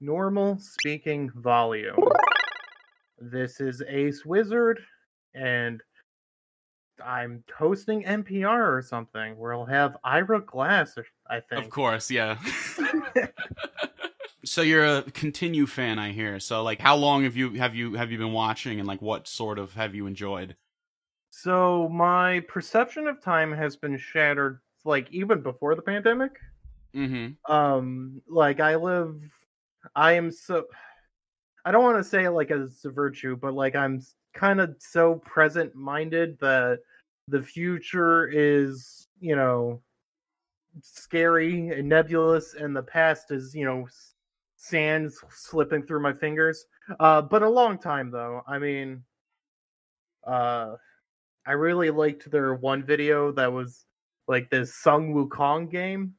Normal speaking volume. This is Ace Wizard, and I'm hosting NPR or something. We'll have Ira Glass, I think. Of course, yeah. so you're a continue fan, I hear. So like, how long have you have you have you been watching, and like, what sort of have you enjoyed? So my perception of time has been shattered, like even before the pandemic. Mm-hmm. Um, like I live, I am so. I don't want to say like as a virtue, but like I'm kind of so present minded that the future is, you know, scary and nebulous, and the past is, you know, s- sand slipping through my fingers. Uh, but a long time though. I mean, uh, I really liked their one video that was like this Sung Wukong game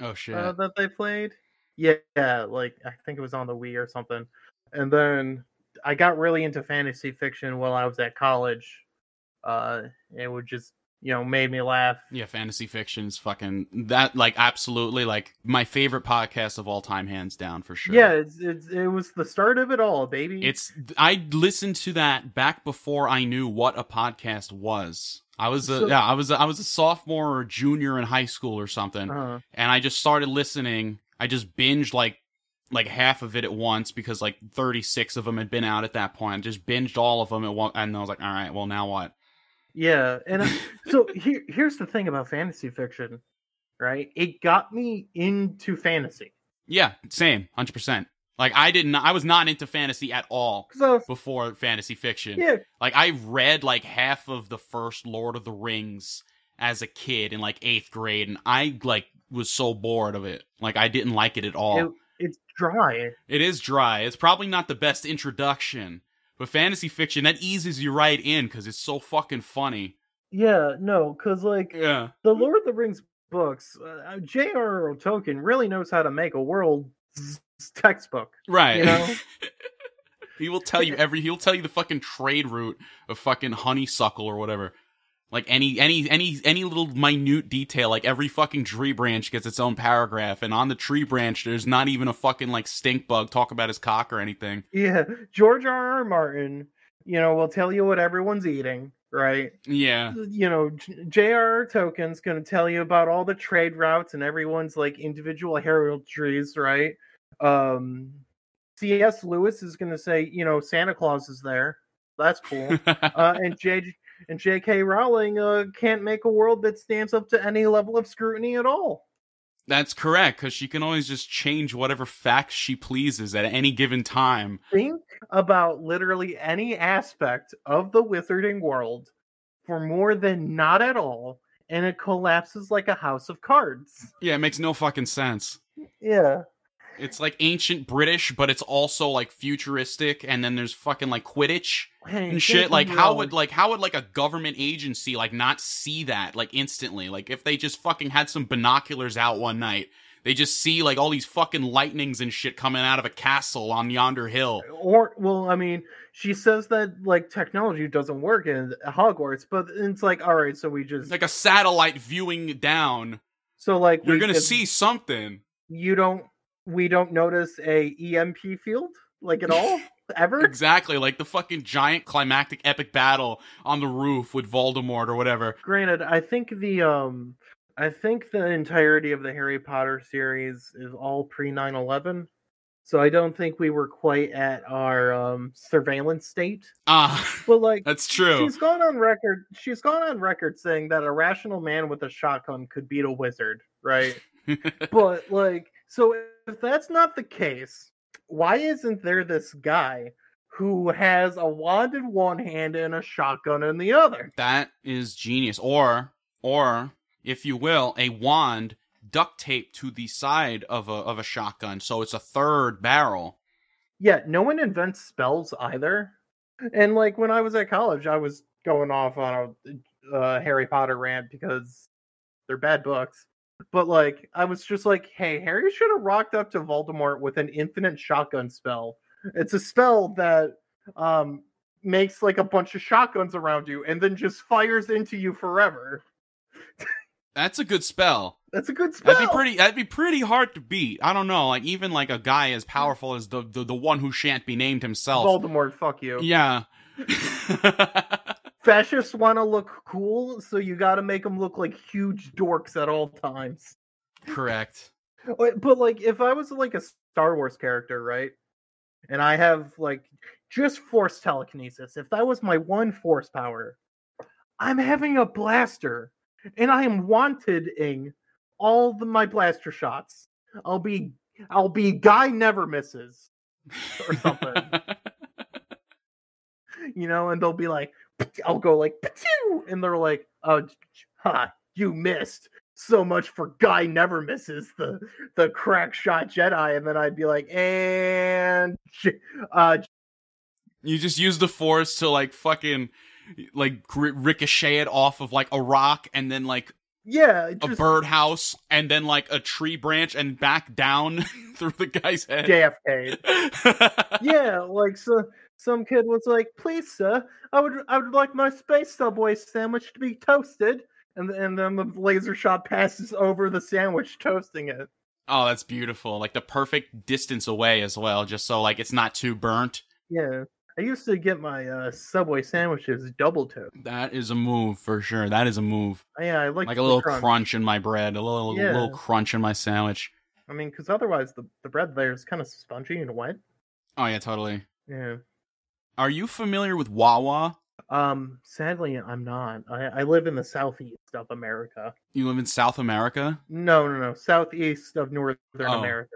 Oh shit. uh, that they played. Yeah, yeah, like I think it was on the Wii or something. And then I got really into fantasy fiction while I was at college. Uh, it would just you know made me laugh. yeah, fantasy fiction's fucking that like absolutely like my favorite podcast of all time, hands down for sure. Yeah, it's, it's it was the start of it all, baby. It's I listened to that back before I knew what a podcast was. I was a So- yeah, I was a, I was a sophomore or junior in high school or something, uh, and I just started listening. I just binged like like half of it at once because like 36 of them had been out at that point. I just binged all of them at one, and I was like, all right, well now what? yeah. And I, so here here's the thing about fantasy fiction, right? It got me into fantasy Yeah, same, hundred percent. Like I didn't, I was not into fantasy at all because I was before fantasy fiction. yeah Like I read like half of the first Lord of the Rings as a kid in like eighth grade, and I like was so bored of it. Like I didn't like it at all. it, it's dry. it is dry. It's probably not the best introduction, but fantasy fiction that eases you right in because it's so fucking funny. Yeah, no, because like Yeah, the Lord of the Rings books, uh, J.R.R. Tolkien really knows how to make a world s- textbook. right. You know? he will tell you every. He'll tell you the fucking trade route of fucking honeysuckle or whatever. Like any any any any little minute detail, like every fucking tree branch gets its own paragraph, and on the tree branch, there's not even a fucking like stink bug talk about his cock or anything. yeah, George R.R. Martin, you know, will tell you what everyone's eating, right? Uh, Yeah, You know, J- J.R.R. Tolkien's going to tell you about all the trade routes and everyone's like individual heraldries, right? Um, C.S. Lewis is going to say, you know, Santa Claus is there. That's cool. uh, and J and J.K. Rowling uh, can't make a world that stands up to any level of scrutiny at all. that's correct because she can always just change whatever facts she pleases at any given time. Think about literally any aspect of the wizarding world for more than not at all, and it collapses like a house of cards. Yeah, it makes no fucking sense. Yeah, It's like ancient British, but it's also like futuristic, and then there's fucking like Quidditch. and shit like how would like how would like a government agency like not see that like instantly like if they just fucking had some binoculars out one night they just see like all these fucking lightnings and shit coming out of a castle on yonder hill or well, I mean, she says that like technology doesn't work in Hogwarts, but it's like all right, so we it's just like a satellite viewing down so like you're we gonna just- see something you don't we don't notice a EMP field like at all ever. exactly like the fucking giant climactic epic battle on the roof with voldemort or whatever granted i think the um i think the entirety of the harry potter series is all pre 9-11 so i don't think we were quite at our um surveillance state ah but like that's true she's gone on record she's gone on record saying that a rational man with a shotgun could beat a wizard right but like so if that's not the case why isn't there this guy who has a wand in one hand and a shotgun in the other That is genius. Or, or if you will, a wand duct taped to the side of a of a shotgun, so it's a third barrel. yeah, no one invents spells either. And like when I was at college, I was going off on a uh, Harry Potter rant because they're bad books. But like, I was just like, hey, Harry should have rocked up to Voldemort with an infinite shotgun spell. It's a spell that um, makes like a bunch of shotguns around you and then just fires into you forever. That's a good spell. That's a good spell. That'd be pretty. That'd be pretty hard to beat. I don't know. Like even like a guy as powerful as the the, the one who shan't be named himself. Voldemort, fuck you. Yeah. Fascists want to look cool, so you got to make them look like huge dorks at all times. Correct. But, but like, if I was like a Star Wars character, right, and I have like just force telekinesis, if that was my one force power, I'm having a blaster and I am wanteding all the, my blaster shots. I'll be I'll be guy never misses or something. you know, and they'll be like, I'll go like, and they're like, oh, huh, you missed. So much for guy never misses the the crack shot Jedi, and then I'd be like, and uh, you just use the force to like fucking like ricochet it off of like a rock and then like yeah just, a birdhouse and then like a tree branch and back down through the guy's head jfk yeah like so some kid was like please sir i would i would like my space subway sandwich to be toasted and and then the laser shot passes over the sandwich toasting it oh that's beautiful like the perfect distance away as well just so like it's not too burnt yeah I used to get my uh, Subway sandwiches double toast. That is a move for sure. That is a move. Yeah, I like like a little crunch. crunch. in my bread, a little yeah. little crunch in my sandwich. I mean, because otherwise the the bread there is kind of spongy and wet. Oh yeah, totally. Yeah. Are you familiar with Wawa? Um, sadly, I'm not. I, I live in the southeast of America. You live in South America? No, no, no. Southeast of Northern oh. America.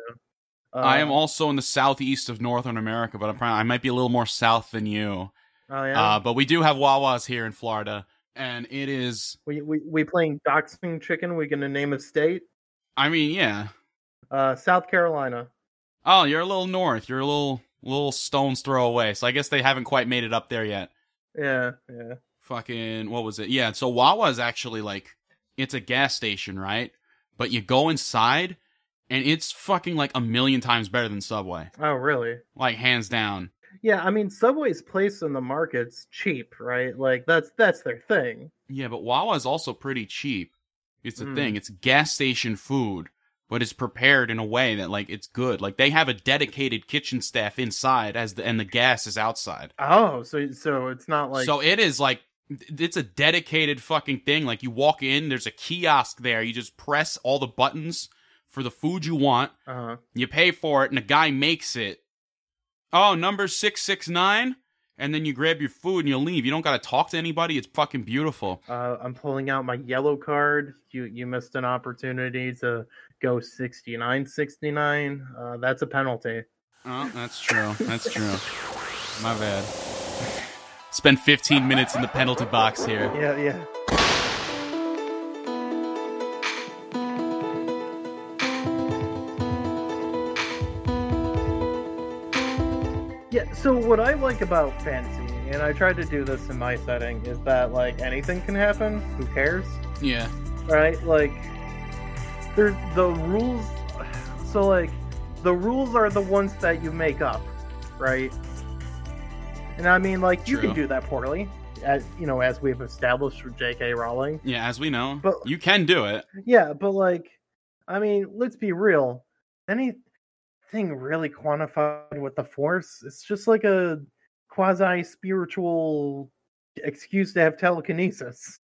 Uh, I am also in the southeast of Northern America, but I'm probably, I might be a little more south than you. Oh yeah. Uh, but we do have Wawas here in Florida, and it is we we, we playing doxing chicken. We gonna name a state. I mean, yeah. Uh, South Carolina. Oh, you're a little north. You're a little little stone's throw away. So I guess they haven't quite made it up there yet. Yeah, yeah. Fucking what was it? Yeah. So Wawa is actually like it's a gas station, right? But you go inside and it's fucking like a million times better than Subway. Oh, really? Like hands down. Yeah, I mean Subway's place in the market's cheap, right? Like that's that's their thing. Yeah, but Wawa's also pretty cheap. It's the mm. thing. It's gas station food, but it's prepared in a way that like it's good. Like they have a dedicated kitchen staff inside as the and the gas is outside. Oh, so so it's not like So it is like it's a dedicated fucking thing. Like you walk in, there's a kiosk there. You just press all the buttons for the food you want. Uh-huh. You pay for it, and a guy makes it. Oh, number 669? And then you grab your food and you leave. You don't got to talk to anybody. It's fucking beautiful. Uh, I'm pulling out my yellow card. You you missed an opportunity to go 69 69. Uh, that's a penalty. Oh, that's true. That's true. My bad. Spend 15 minutes in the penalty box here. Yeah, yeah. Yeah, so what I like about fantasy, and I tried to do this in my setting, is that like anything can happen. Who cares? Yeah. Right? Like there's the rules so like the rules are the ones that you make up, right? And I mean like you True. can do that poorly. As, you know, as we've established with J.K. Rowling. Yeah, as we know, but you can do it. Yeah, but like, I mean, let's be real. Any Thing really quantified with the force. It's just like a quasi spiritual excuse to have telekinesis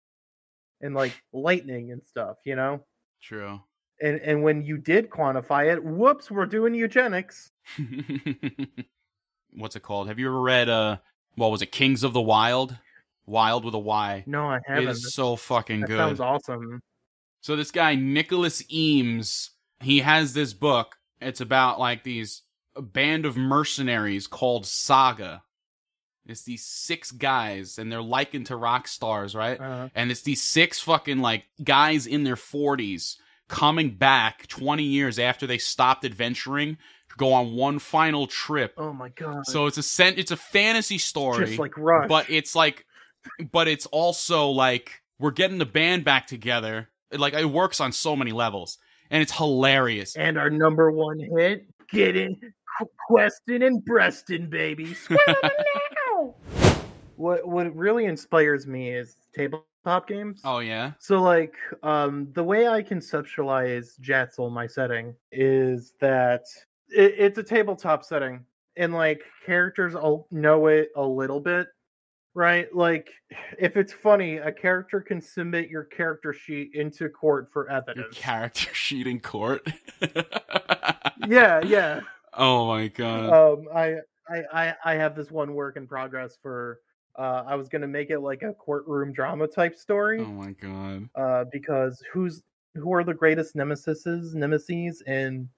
and like lightning and stuff, you know? True. And and when you did quantify it, whoops, we're doing eugenics. What's it called? Have you ever read uh what was it, Kings of the Wild? Wild with a Y. No, I haven't. It is so fucking that good. Sounds awesome. So this guy, Nicholas Eames, he has this book it's about like these a band of mercenaries called Saga. It's these six guys, and they're likened to rock stars, right? Uh-huh. And it's these six fucking like guys in their forties coming back twenty years after they stopped adventuring, go on one final trip. Oh my god. So it's a sen- it's a fantasy story, Just like Rush. but it's like, but it's also like we're getting the band back together. It, like it works on so many levels, and it's hilarious. and our number one hit, get in Qu- Questin and Breston, baby. Squirrel now. What what really inspires me is tabletop games. Oh yeah, So like um the way I conceptualize Jatzel my setting is that it, it's a tabletop setting and like characters all know it a little bit, right? Like if it's funny, a character can submit your character sheet into court for your evidence. character sheet in court. yeah, yeah. oh my god. um I, I i i have this one work in progress for uh i was gonna make it like a courtroom drama type story Oh my god. uh because who's who are the greatest nemesises nemesis in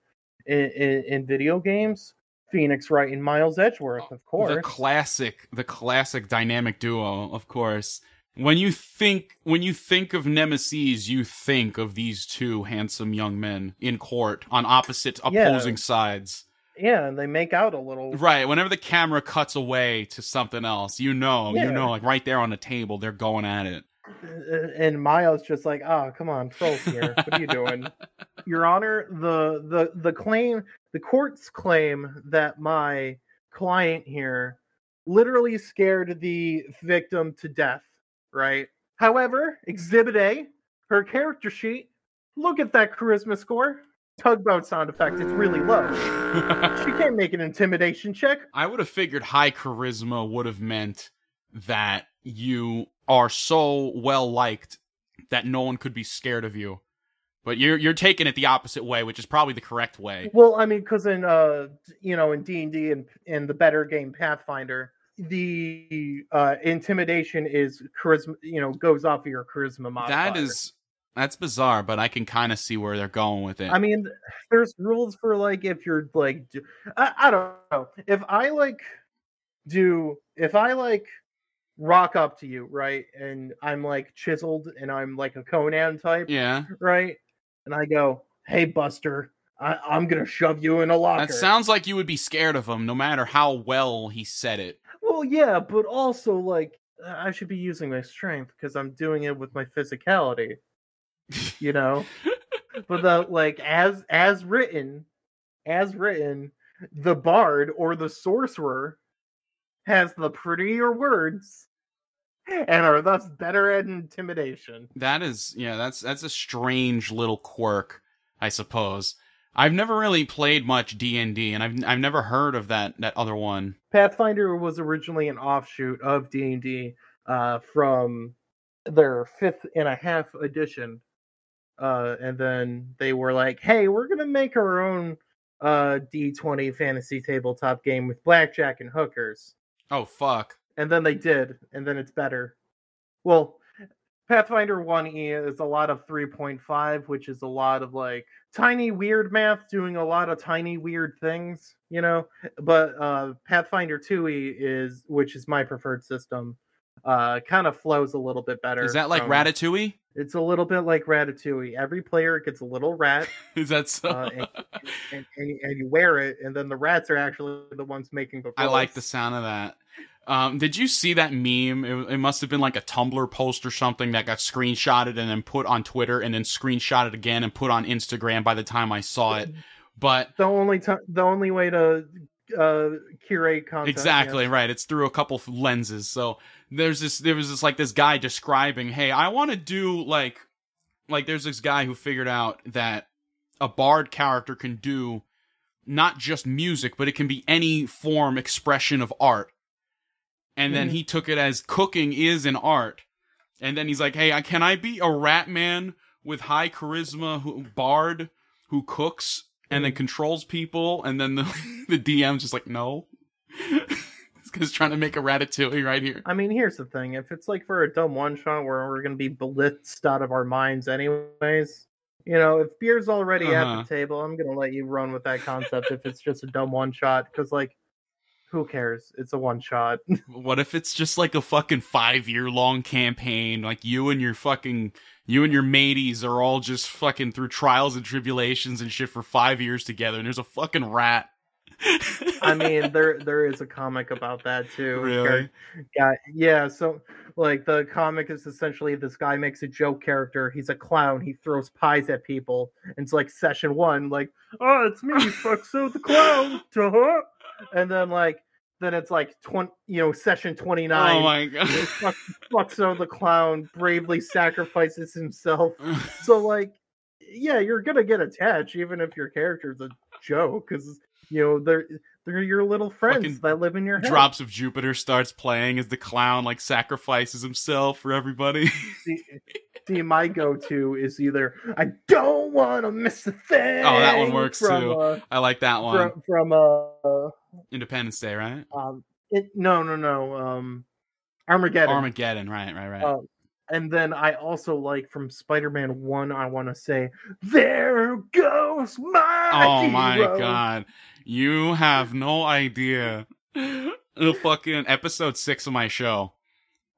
in, in in video games phoenix wright and miles edgeworth of The course classic, the classic dynamic duo, of course. When you think when you think of nemesis, you think of these two handsome young men in court on opposite Yeah. opposing sides. yeah and they make out a little Right. Whenever the camera cuts away to something else, you know, you Yeah. know, like right there on the table, they're going at it. Uh, and Miles just like, oh, come on, trolls here. What are you doing, Your Honor? The the the claim, the court's claim that my client here literally scared the victim to death. Right. However, Exhibit A, her character sheet. Look at that charisma score. Tugboat sound effect. It's really low. She can't make an intimidation check. I would have figured high charisma would have meant that you are so well liked that no one could be scared of you. But you're you're taking it the opposite way, which is probably the correct way. Well, I mean, because in uh, you know, in D and D and and the better game Pathfinder, the uh, intimidation is charisma. You know, goes off of your charisma modifier. That is that's bizarre, but I can kind of see where they're going with it. I mean, there's rules for like if you're like, d- I, I don't know. If I like do, if I like rock up to you, right, and I'm like chiseled and I'm like a Conan type, yeah, right, and I go, "Hey, Buster, I, I'm gonna shove you in a locker." that sounds like you would be scared of him, no matter how well he said it. Well, yeah, but also like I should be using my strength because I'm doing it with my physicality, you know. but the, like as as written, as written, the bard or the sorcerer has the prettier words and are thus better at intimidation. That is, yeah, that's that's a strange little quirk, I suppose. I've never really played much D and D, and I've I've never heard of that that other one. Pathfinder was originally an offshoot of D and D uh, from their fifth and a half edition, uh, and then they were like, "Hey, we're gonna make our own uh, D twenty fantasy tabletop game with blackjack and hookers," Oh fuck! and then they did, and then it's better. Well, Pathfinder one E is a lot of three point five, which is a lot of like tiny weird math doing a lot of tiny weird things, you know. But uh Pathfinder 2e is which is my preferred system. Uh kind of flows a little bit better. Is that like from- Ratatouille? It's a little bit like Ratatouille. Every player gets a little rat Is that so? Uh, and, and, and you wear it and then the rats are actually the ones making the I like rolls. the sound of that. Um, did you see that meme? It, it must have been like a Tumblr post or something that got screenshotted and then put on Twitter and then screenshotted again and put on Instagram by the time I saw it. But the only time the only way to uh curate content exactly yeah. right it's through a couple f- lenses so there's this there was this like this guy describing hey i want to do like like there's this guy who figured out that a bard character can do not just music but it can be any form expression of art and then Mhm. he took it as cooking is an art and then he's like hey I- can i be a rat man with high charisma who, bard who cooks and Mm-hmm. then controls people and then the, the dm's just like no this guy's trying to make a ratatouille right here I mean, here's the thing: if it's like for a dumb one shot where we're gonna be blitzed out of our minds, anyways, you know, if beer's already Uh-huh. at the table, I'm gonna let you run with that concept. if it's just a dumb one shot, because like, who cares? It's a one shot. what if it's just like a fucking five year long campaign like you and your fucking you and your mateys are all just fucking through trials and tribulations and shit for five years together and there's a fucking rat I mean, there there is a comic about that too. Really? Yeah, yeah. So, like, the comic is essentially this guy makes a joke character. He's a clown. He throws pies at people. And it's like session one, like, oh, it's me, Fuxo the clown. Duh. And then like, then it's like twenty, you know, session twenty Oh nine. my god. Fuxo the clown bravely sacrifices himself. So like, yeah, you're gonna get attached even if your character's a joke, because you know they're they're your little friends Fucking that live in your head. Drops of Jupiter starts playing as the clown like sacrifices himself for everybody. See, see, my go-to is either I don't want to miss a thing. Oh, that one works from, too. Uh, I like that one. from from uh, Independence Day, right? um, it, no, no, no, um, Armageddon. Armageddon, right, right, right. Uh, and then I also like from Spider-Man One. I want to say, "There goes my oh my hero." god. You have no idea. The fucking episode six of my show.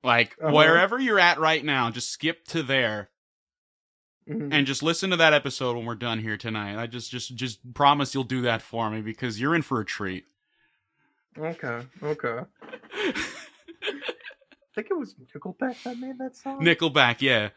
Like Uh-huh. wherever you're at right now, just skip to there Mhm. and just listen to that episode when we're done here tonight. I just just just promise you'll do that for me because you're in for a treat. Okay, okay. I think it was Nickelback that made that song. Nickelback, yeah.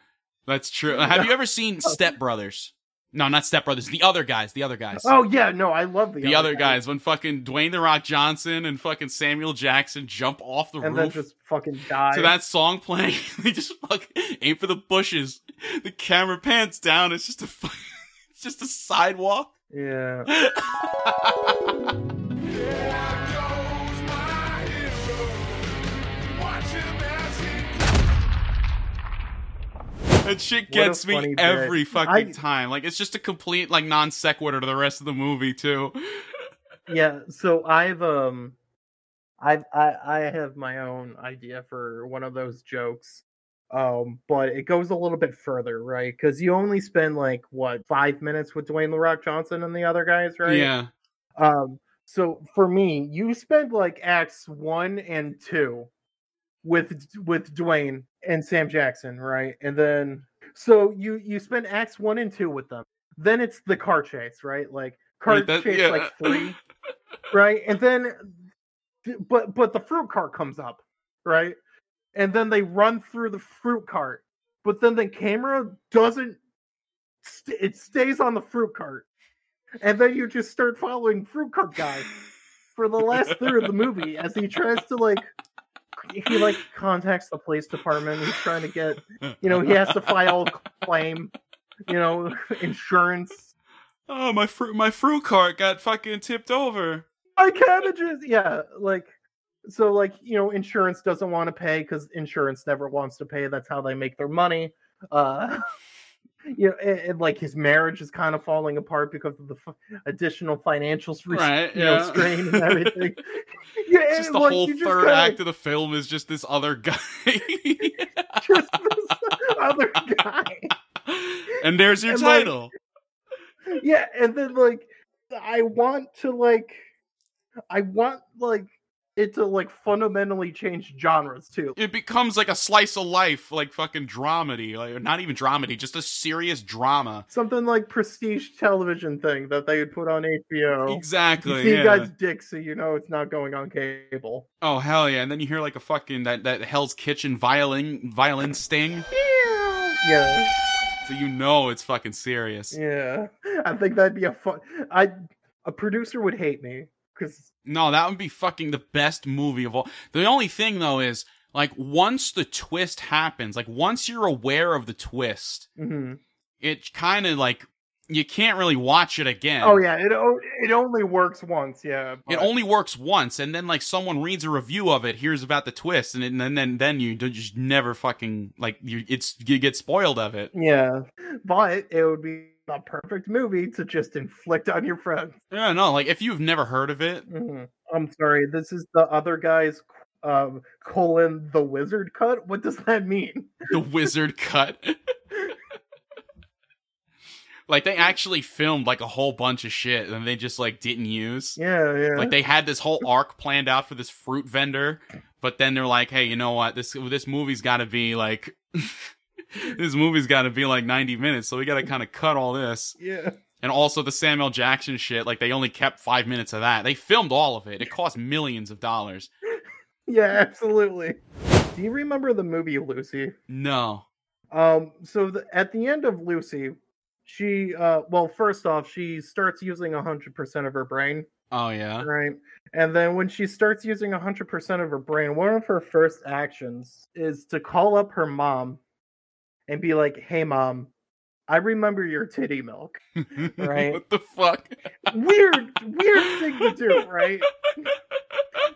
That's true. Have you ever seen Oh. Step Brothers? No, not Step Brothers. The other guys. The other guys. Oh yeah, no, I love the, the other guys. When fucking Dwayne the Rock Johnson and fucking Samuel Jackson jump off the and then roof just fucking die. to that song playing, they just fuck aim for the bushes. The camera pans down. It's just a, fu- it's just a sidewalk. Yeah. That shit What a gets me funny bit. every fucking I- time. Like it's just a complete like non sequitur to the rest of the movie too. yeah so i've um i've I, I have my own idea for one of those jokes um but it goes a little bit further right because you only spend like what five minutes with dwayne the rock johnson and the other guys right Yeah. um so for me you spend like acts one and two with with dwayne and sam jackson right and then so you you spend acts one and two with them then it's the car chase right like car Like that- chase yeah. like three right? And then, but but the fruit cart comes up, right? And then they run through the fruit cart, but then the camera doesn't. St- it stays on the fruit cart, and then you just start following fruit cart guy for the last third of the movie as he tries to like. He like contacts the police department. He's trying to get, you know, he has to file a claim, you know, insurance. Oh my fruit my fruit cart got fucking tipped over. my cabbages yeah like so like you know insurance doesn't want to pay because insurance never wants to pay that's how they make their money uh you know and, and, like his marriage is kind of falling apart because of the f- additional financial stre- Right, you know, yeah. strain and everything yeah It's and, just the like, whole you 3rd just kinda, act of the film is just this other guy. just this other guy and there's your And, like, title. yeah and then like i want to like i want like it to like fundamentally change genres too it becomes like a slice of life, like fucking dramedy, like not even dramedy, just a serious drama. something like prestige television thing that they would put on HBO. Oh. You Exactly. see yeah. guys dick, so you know it's not going on cable. Oh hell yeah! And then you hear like a fucking that that Hell's Kitchen violin violin sting, Yeah, so you know it's fucking serious. yeah. I think that'd be a fun. I a producer would hate me because No, that would be fucking the best movie of all. The only thing though is like once the twist happens, like once you're aware of the twist, mm-hmm. it kind of like you can't really watch it again. oh yeah, it o- it only works once. Yeah, It but- only works once, and then like someone reads a review of it, hears about the twist, and, it- and then then then you do- just never fucking like you it's you get spoiled of it. yeah, but it would be a perfect movie to just inflict on your friends. Yeah, no, like if you've never heard of it, Mhm. I'm sorry, this is the other guy's um, colon the wizard cut. What does that mean? the wizard cut. like they actually filmed like a whole bunch of shit, and they just like didn't use. Yeah, yeah. Like they had this whole arc planned out for this fruit vendor, but then they're like, "Hey, you know what? This this movie's got to be like." this movie's got to be like 90 minutes so we got to kind of cut all this Yeah. And also the Samuel Jackson shit, like they only kept five minutes of that. They filmed all of it. It cost millions of dollars. Yeah, absolutely. Do you remember the movie Lucy? No. Um, so the, at the end of Lucy, she uh, well, first off, she starts using hundred percent of her brain, Oh yeah. right? And then when she starts using hundred percent of her brain, one of her first actions is to call up her mom and be like, "Hey, mom, I remember your titty milk." Right. what the fuck? Weird, weird thing to do, right?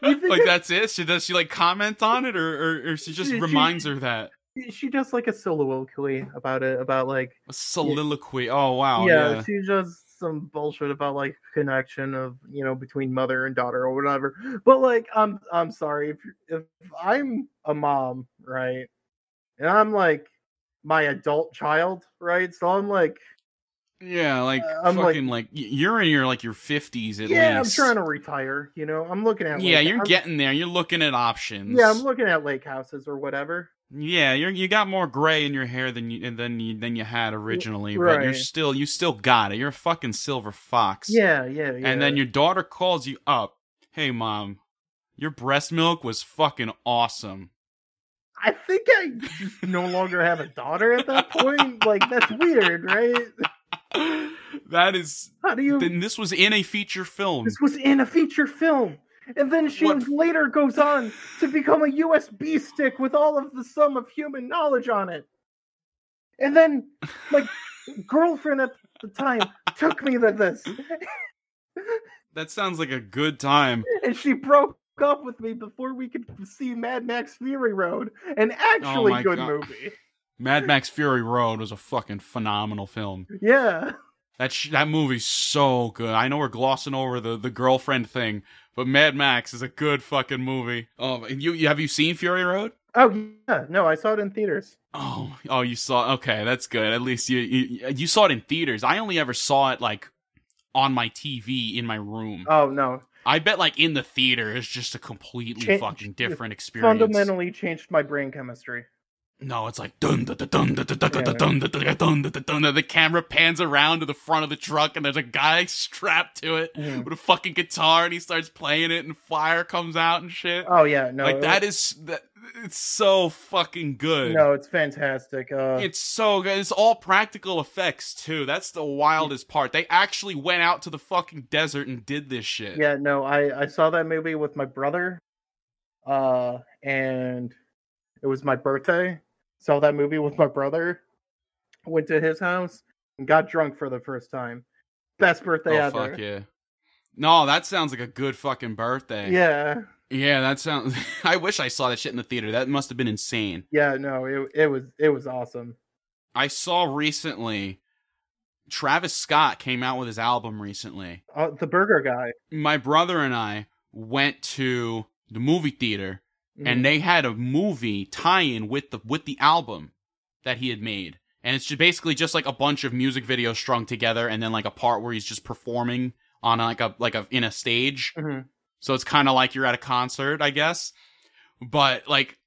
You think Like that- that's it? She does she like comment on it or or, or she just She- she- reminds her that? she does like a soliloquy about it about like A soliloquy. Oh wow. yeah, Yeah. she does some bullshit about like connection of you know between mother and daughter or whatever but like i'm i'm sorry if you're- if i'm a mom right and i'm like my adult child right so i'm like Yeah, like Uh, I'm, like- fucking like, y- you're in your like your fifties at yeah least. i'm trying to retire you know i'm looking at yeah, lake- you're I'm- getting there. You're looking at options. yeah i'm looking at lake houses or whatever Yeah, you're you got more gray in your hair than you than you than you had originally, but you're right. still you still got it. You're a fucking silver fox. yeah yeah, yeah. And then your daughter calls you up. Hey mom, your breast milk was fucking awesome. i think i just no longer have a daughter at that point like that's weird right that is how do you then this was in a feature film. This was in a feature film. And then she What- later goes on to become a USB stick with all of the sum of human knowledge on it. And then my girlfriend at the time took me to this. That sounds like a good time. And she broke up with me before we could see Mad Max Fury Road. An actually my good God. movie. Mad Max Fury Road was a fucking phenomenal film. Yeah. That sh- that movie's so good. I know we're glossing over the, the girlfriend thing, but Mad Max is a good fucking movie. Um, and you, you have you seen Fury Road? Oh yeah. No, I saw it in theaters. Oh, oh, you saw. Okay, that's good. At least you you, you saw it in theaters. I only ever saw it like on my TV in my room. Oh no. I bet like in the theater is just a completely Change- fucking different experience. Fundamentally changed my brain chemistry. No, it's like dun dun dun dun dun dun Yeah. dun dun dun dun dun dun dun dun dun. The camera pans around to the front of the truck, and there's a guy strapped to it Mhm. with a fucking guitar, and he starts playing it, and fire comes out and shit. Oh yeah, no. Like it- that is that. It's so fucking good. No, it's fantastic. Uh It's so good. It's all practical effects too. That's the wildest part. They actually went out to the fucking desert and did this shit. yeah no i i saw that movie with my brother uh and it was my birthday saw that movie with my brother went to his house and got drunk for the first time best birthday Oh ever fuck yeah. No, that sounds like a good fucking birthday. yeah Yeah, that sounds. I wish I saw that shit in the theater. That must have been insane. yeah no it, it was it was awesome I saw recently Travis Scott came out with his album recently. uh, the burger guy My brother and I went to the movie theater Mhm. and they had a movie tie-in with the with the album that he had made. And it's just basically just like a bunch of music videos strung together and then like a part where he's just performing on like a like a in a stage. Mhm. So it's kind of like you're at a concert, I guess. But like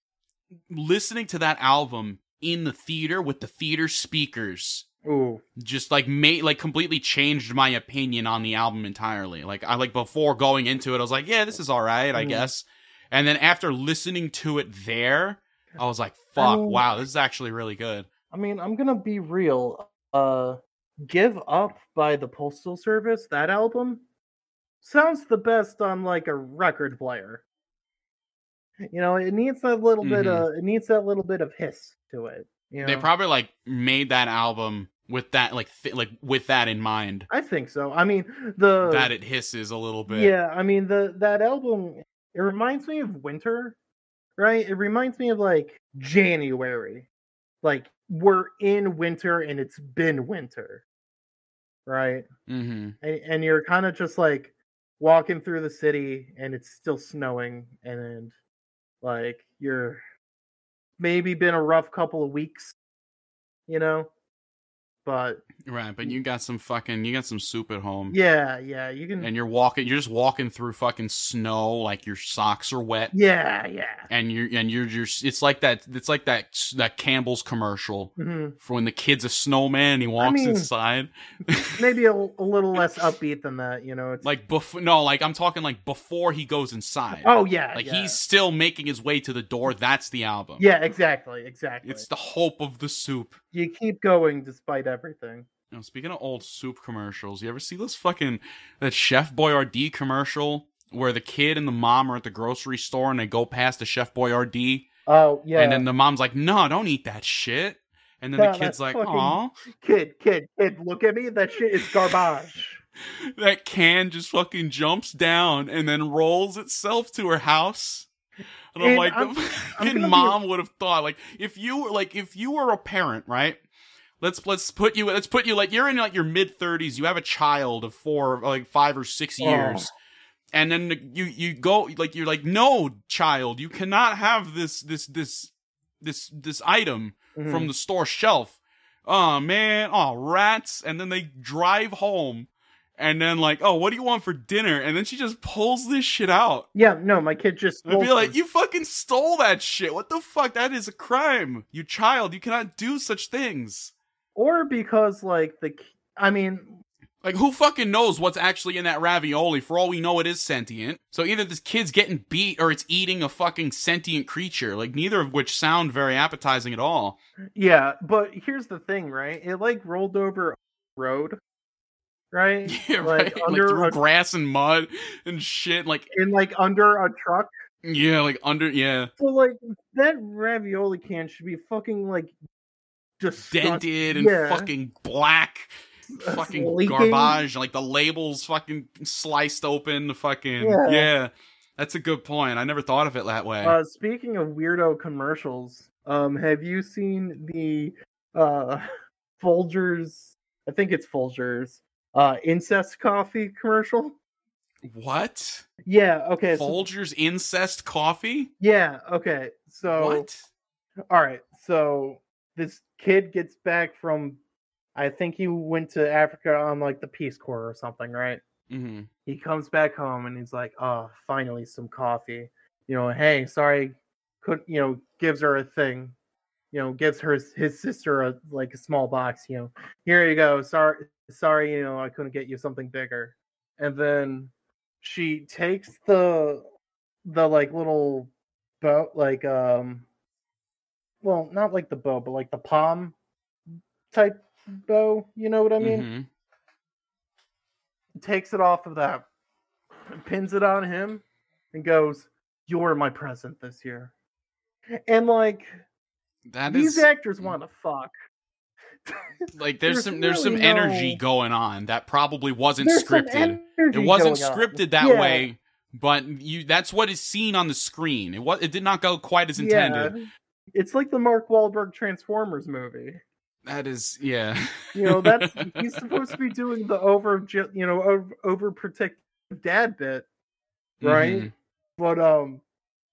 listening to that album in the theater with the theater speakers ooh just like made like completely changed my opinion on the album entirely. Like I like before going into it, I was like, yeah, this is all right, I Mhm. guess. And then after listening to it there, I was like, fuck, mean- wow, this is actually really good. i mean i'm gonna be real uh give up by the postal service that album sounds the best on like a record player you know it needs that little bit Mhm. of it needs that little bit of hiss to it you know They probably like made that album with that like th- like with that in mind. i think so i mean the that it hisses a little bit. Uh, yeah i mean the that album it reminds me of winter right it reminds me of like january like we're in winter and it's been winter right Mm-hmm. and, and you're kind of just like walking through the city and it's still snowing and like you're maybe been a rough couple of weeks you know But Right, but you got some fucking you got some soup at home. Mm. yeah, yeah, you can. Mm-hmm. And you're walking you're just walking through fucking snow like your socks are wet. yeah, yeah. And you're and you're just it's like that it's like that that Campbell's commercial Mhm. for when the kid's a snowman and he walks mean- inside. Maybe a, a little less upbeat than that, you know. It's Like before no, like I'm talking like before he goes inside. oh yeah, like yeah. he's still making his way to the door. That's the album. yeah, exactly, exactly. It's the hope of the soup. You keep going despite everything. You know, speaking of old soup commercials, you ever see those fucking that Chef Boyardee commercial where the kid and the mom are at the grocery store and they go past the Chef Boyardee Oh yeah, and then the mom's like, "No, don't eat that shit." And then Yeah, the that's kid's like, fucking- "Aw, kid, kid, kid, look at me. That shit is garbage. that can just fucking jumps down and then rolls itself to her house." And I'm And like, I'm- the I'm fucking gonna be- mom would have thought, like, if you were like, if you were a parent, right? Let's let's put you let's put you like you're in like your mid thirties. You have a child of four, like five or six Oh. years, and then the- you you go like you're like, no, child, you cannot have this this this this this item Mhm. from the store shelf. Oh man, oh rats. And then they drive home and then like, oh, what do you want for dinner? And then she just pulls this shit out. yeah, no, my kid just. I'd be stole like, this. you fucking stole that shit. What the fuck? That is a crime. You child, you cannot do such things. or because like the. k- I mean, Like who fucking knows what's actually in that ravioli? For all we know, it is sentient. So either this kid's getting beat or it's eating a fucking sentient creature. Like neither of which sound very appetizing at all. yeah, but here's the thing, right? It like rolled over a road, right? Yeah, right. Like, under through a- grass and mud and shit. Like and like under a truck. Yeah, like under yeah, So like that ravioli can should be fucking like just dented and yeah. fucking black, That's fucking leaking. garbage. Like the labels fucking sliced open. The fucking yeah. Yeah. that's a good point. I never thought of it that way. Uh, speaking of weirdo commercials, um, have you seen the uh, Folgers? I think it's Folgers uh, incest coffee commercial. what? Yeah. Okay. so- Folgers incest coffee? yeah. Okay. So what? all right. So this kid gets back from, I think he went to Africa on like the Peace Corps or something, right? hmm he comes back home and he's like, "Oh, finally some coffee." You know, hey, sorry, could you know, gives her a thing. You know, gives her his sister a like a small box. You know, here you go. Sorry, sorry, you know, I couldn't get you something bigger. And then she takes the the like little boat, like um, well, not like the bow, but like the palm type bow. You know what I mean? mm-hmm. takes it off of that, pins it on him, and goes, "You're my present this year." And like That these is Mm. actors want to fuck. like there's there's some there's some really energy no- going on that probably wasn't There's some scripted. energy It wasn't going on. scripted that Yeah, way, but you that's what is seen on the screen. It was it did not go quite as intended. yeah. It's like the Mark Wahlberg Transformers movie. That is, yeah. You know, that's he's supposed to be doing the over, you know, over, overprotective dad bit, right? Mhm. But um,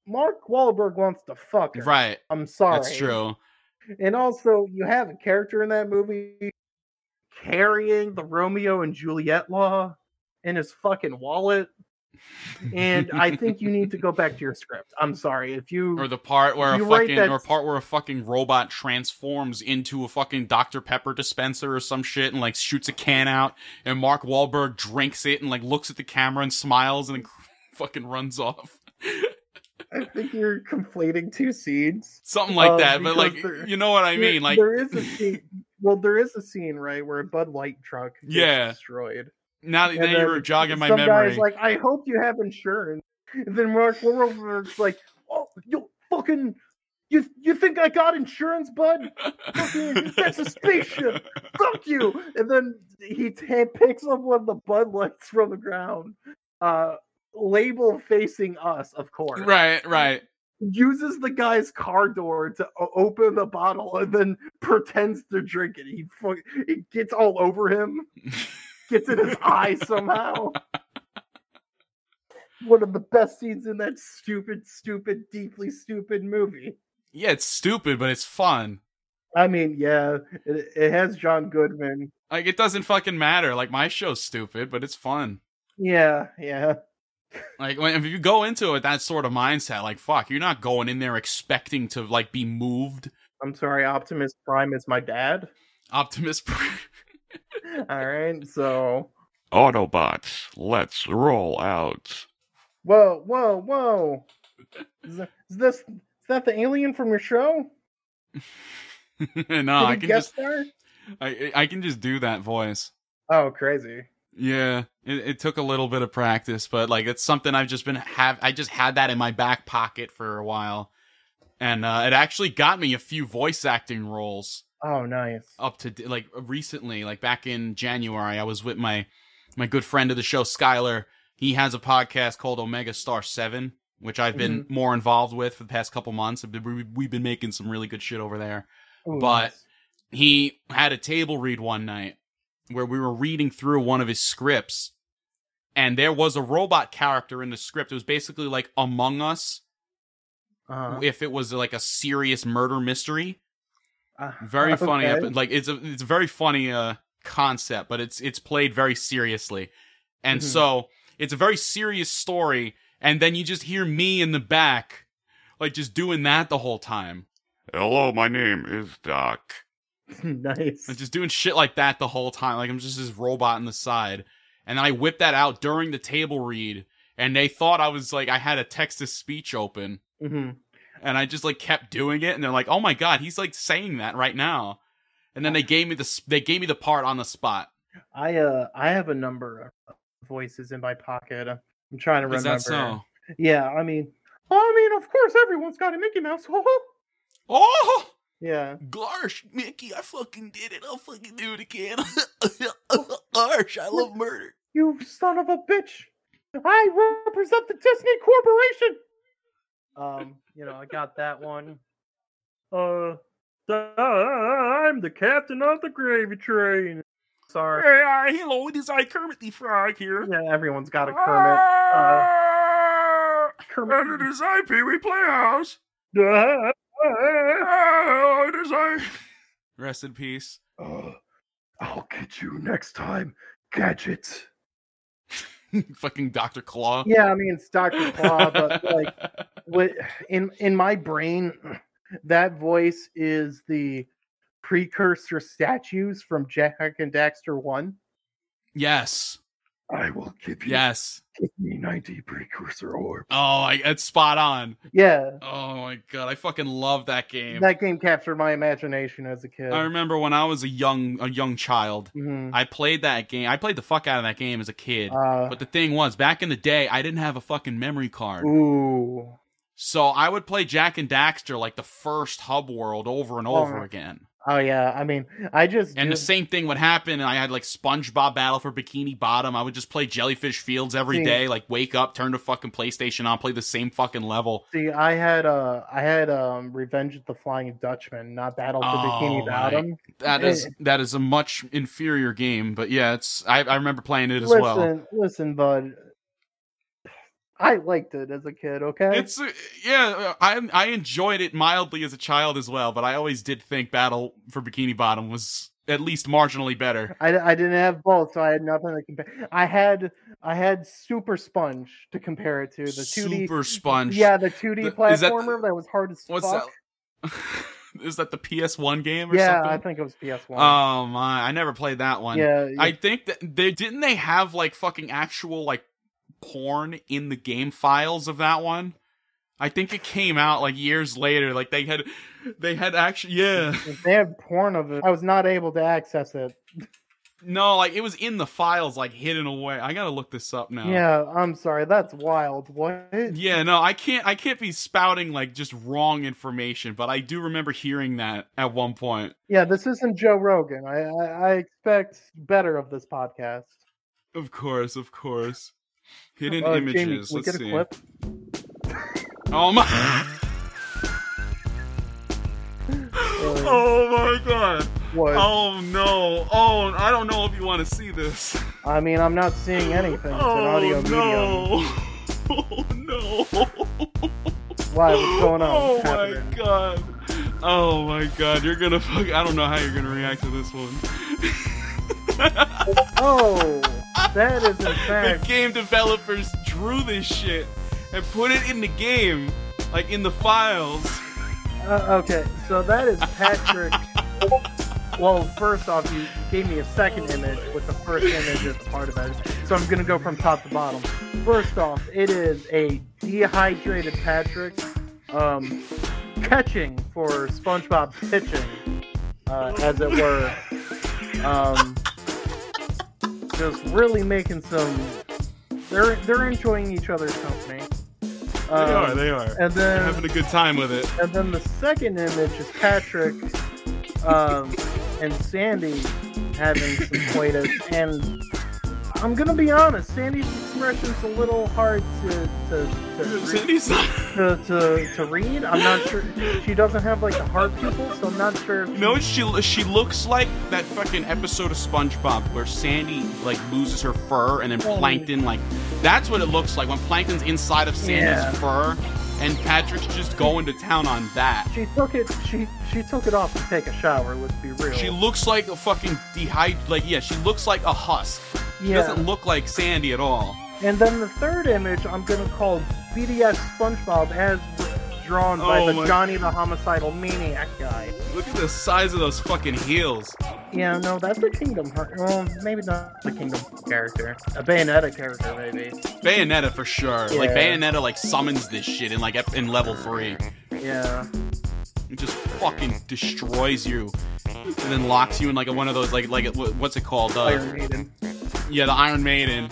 Mark Wahlberg wants to fuck her. Mm-hmm. Right. I'm sorry. That's true. And also, you have a character in that movie carrying the Romeo and Juliet law in his fucking wallet. And I think you need to go back to your script. I'm sorry if you. Or the part where a You write fucking, that- or part where a fucking robot transforms into a fucking Dr Pepper dispenser or some shit, and like shoots a can out, and Mark Wahlberg drinks it, and like looks at the camera and smiles, and then fucking runs off, I think you're conflating two scenes. something like Oh, that. But because like, there- you know what I There- mean? Like, there is a scene. Well, there is a scene right where a Bud Light truck gets Yeah. destroyed. now that And now you then were jogging my some memory, Guy's like, I hope you have insurance. And then Mark Wahlberg's like, Oh, you fucking, you you think I got insurance, Bud? fucking- that's a spaceship. fuck you! And then he t- picks up one of the Bud Lights from the ground, uh, label facing us, of course. Right, right. Uses the guy's car door to o- open the bottle and then pretends to drink it. He fuck, it gets all over him, gets in his eye somehow. One of the best scenes in that stupid, stupid, deeply stupid movie. Yeah, it's stupid, but it's fun. I mean, yeah, it, it has John Goodman. Like it doesn't fucking matter. Like my show's stupid, but it's fun. Yeah, yeah. Like when, if you go into it with that sort of mindset, like fuck, you're not going in there expecting to like be moved. I'm sorry, Optimus Prime is my dad. Optimus Prime. All right, so Autobots, let's roll out. whoa, whoa, whoa! Is, th- is this is that the alien from your show? no, Did he I can guest just star? I I can just do that voice. Oh, crazy! Yeah, it, it took a little bit of practice, but like it's something I've just been have I just had that in my back pocket for a while, and uh, it actually got me a few voice acting roles Oh, nice. up to like recently, like back in January. I was with my my good friend of the show, Skylar. He has a podcast called Omega Star Seven, which I've been more involved with for the past couple months. I've been- we- We've been making some really good shit over there Ooh, but- nice. he had a table read one night where we were reading through one of his scripts and there was a robot character in the script it was basically like among us Uh-huh. if it was like a serious murder mystery Uh, very funny okay. epi- like it's a it's a very funny uh concept but it's it's played very seriously and Mhm. so it's a very serious story and then you just hear me in the back like just doing that the whole time Hello, my name is Doc. nice. I'm just doing shit like that the whole time. Like I'm just this robot on the side. And then I whipped that out during the table read, and they thought I was like I had a text to speech open, hmm and I just like kept doing it, and they're like, "Oh my god, he's like saying that right now." And then they gave me the s- they gave me the part on the spot. I uh, I have a number of voices in my pocket. I'm trying to remember. Is that so? Yeah, I mean, I mean, of course, everyone's got a Mickey Mouse. Oh, yeah. gosh, Mickey, I fucking did it. I'll fucking do it again. Gosh, I love murder. You son of a bitch! I represent the Disney Corporation. Um, you know, I got that one. Uh, I'm the captain of the gravy train. Sorry. uh, hello, it is I Kermit the Frog here. Yeah, everyone's got a Kermit. uh, Kermit. is I, Pee Wee Playhouse. it is I. Rest in peace. Uh, I'll get you next time, gadgets. fucking Doctor Claw. Yeah, I mean it's Doctor Claw, but like what in in my brain, that voice is the precursor statues from Jack and Daxter One. yes, I will give yes. me 90 precursor orbs. Oh, I, it's spot on. Yeah, Oh my god, I fucking love that game. that game captured my imagination as a kid. I remember when I was a young a young child, Mhm. I played that game. I played the fuck out of that game as a kid. Uh, but the thing was, back in the day, I didn't have a fucking memory card. ooh, So I would play Jack and Daxter like the first hub world over and over Oh. again. oh yeah. I mean, I just And the did- same thing would happen. And I had like SpongeBob Battle for Bikini Bottom. I would just play Jellyfish Fields every See. day. Like wake up, turn the fucking PlayStation on, play the same fucking level. See, I had uh, I had um, Revenge of the Flying Dutchman, not Battle for Oh, Bikini my Bottom. That Yeah. is that is a much inferior game, but yeah, it's I, I remember playing it as listen, well. listen, bud. I liked it as a kid. Okay, It's uh, yeah, I I enjoyed it mildly as a child as well, but I always did think Battle for Bikini Bottom was at least marginally better. I, I didn't have both, so I had nothing to compare. I had I had Super Sponge to compare it to the two D. Super Sponge. Yeah, the two D The- platformer is that- that, was hard as what's fuck. that? is that the PS1 game or yeah, something? I think it was PS One. Oh my, I never played that one. yeah, I think that they didn't they have like fucking actual like porn in the game files of that one. I think it came out like years later. Like they had they had actually yeah. if they had porn of it. I was not able to access it. No, like it was in the files like hidden away. I got to look this up now. Yeah, I'm sorry. That's wild. What? Yeah, no, I can't I can't be spouting like just wrong information, but I do remember hearing that at one point. Yeah, this isn't Joe Rogan. I, I I expect better of this podcast. Of course, of course. Hidden Uh, images. Jamie, can we Let's get a see. clip? Oh my Oh my god. What? Oh no! Oh, I don't know if you want to see this. I mean, I'm not seeing anything. It's an audio Oh medium. no! Oh no! Why? What's going on? Oh What's my happening? god! Oh my god, you're gonna fuck. I don't know how you're gonna react to this one. Oh, that is in the fact. game developers drew this shit and put it in the game, like in the files. Uh, okay, so that is Patrick. well, first off, you gave me a second image with the first image as part of it, so I'm gonna go from top to bottom. First off, it is a dehydrated Patrick um, catching for SpongeBob pitching, uh, as it were. Um, just really making some. They're they're enjoying each other's company. they Um, are, they are. and They're then having a good time with it. and then the second image is Patrick um, and Sandy having some coitus. And I'm gonna be honest, Sandy's expression's a little hard to to to, re- Sandy's not. to, to, to read. I'm not sure. She doesn't have like the heart pupils, so I'm not sure. If You know what she she looks like that fucking episode of SpongeBob where Sandy like loses her fur and then Plankton like that's what it looks like when Plankton's inside of Sandy's Yeah. fur and Patrick's just going to town on that. she took it. She she took it off to take a shower. Let's be real. She looks like a fucking dehydrated like yeah, she looks like a husk. She Yeah. doesn't look like Sandy at all. And then the third image, I'm gonna call BDS SpongeBob as drawn by Oh the my- Johnny the Homicidal Maniac guy. Look at the size of those fucking heels. Yeah, no, that's a Kingdom Heart. Well, maybe not the Kingdom character. A Bayonetta character, maybe. Bayonetta for sure. Like Yeah. Bayonetta like summons this shit in like ep- in level 3. Yeah. It just fucking destroys you, and then locks you in like a, one of those like like a- wh- what's it called? Uh, Iron Maiden. Yeah, the Iron Maiden.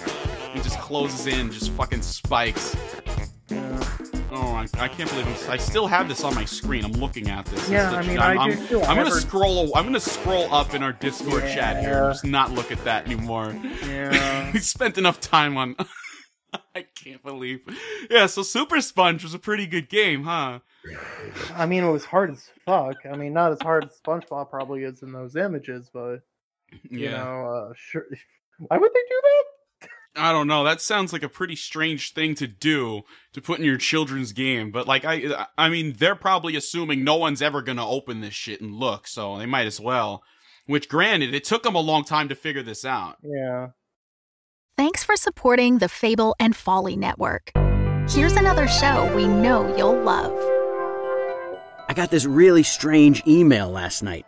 It just closes in, just fucking spikes. Yeah. Oh, I, I can't believe I'm, I still have this on my screen. I'm looking at this. Yeah, This is- I mean, I'm, I do I'm- too. I I'm gonna never- scroll. I'm gonna scroll up in our Discord chat here. Yeah. and Just not look at that anymore. Yeah. we spent enough time on. I can't believe. Yeah, so Super Sponge was a pretty good game, huh? I mean, it was hard as fuck. I mean, not as hard as SpongeBob probably is in those images, but, you know, uh, sure. Why would they do that? I don't know. That sounds like a pretty strange thing to do to put in your children's game. But like, I, I mean, they're probably assuming no one's ever gonna open this shit and look, so they might as well. Which, granted, it took them a long time to figure this out. Yeah. Thanks for supporting the Fable and Folly Network. Here's another show we know you'll love. I got this really strange email last night.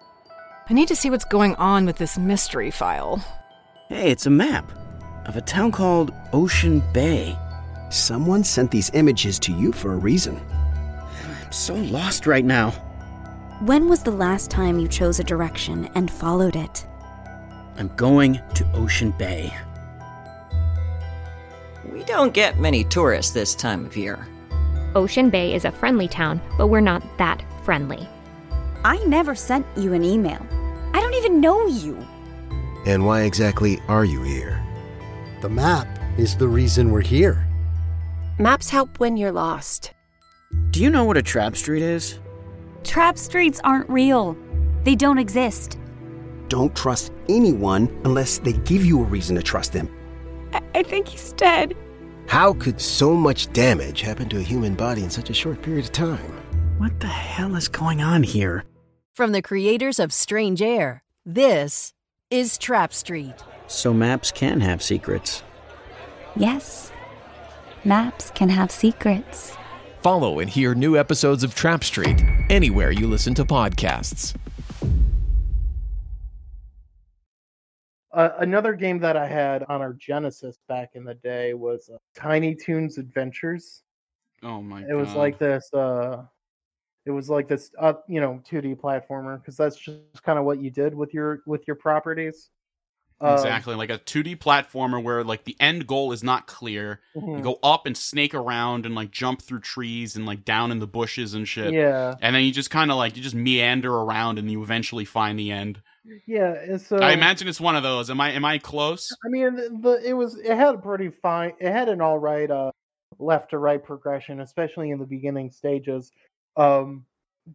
I need to see what's going on with this mystery file. Hey, it's a map of a town called Ocean Bay. Someone sent these images to you for a reason. I'm so lost right now. When was the last time you chose a direction and followed it? I'm going to Ocean Bay. We don't get many tourists this time of year. Ocean Bay is a friendly town, but we're not that friendly. I never sent you an email. I don't even know you. And why exactly are you here? The map is the reason we're here. Maps help when you're lost. Do you know what a trap street is? Trap streets aren't real, they don't exist. Don't trust anyone unless they give you a reason to trust them. I, I think he's dead. How could so much damage happen to a human body in such a short period of time? What the hell is going on here? From the creators of Strange Air, this is Trap Street. So maps can have secrets. Yes, maps can have secrets. Follow and hear new episodes of Trap Street anywhere you listen to podcasts. Uh, another game that I had on our Genesis back in the day was uh, Tiny Toons Adventures. Oh my god! it was like this uh it was like this up you know 2d platformer because that's just kind of what you did with your with your properties Um, exactly like a 2D platformer where like the end goal is not clear. You mhm. go up and snake around and like jump through trees and like down in the bushes and shit. yeah And then you just kind of like you just meander around and you eventually find the end. yeah and so I imagine it's one of those. Am I am I close? I mean the, the it was it had a pretty fine it had an all right uh left to right progression especially in the beginning stages um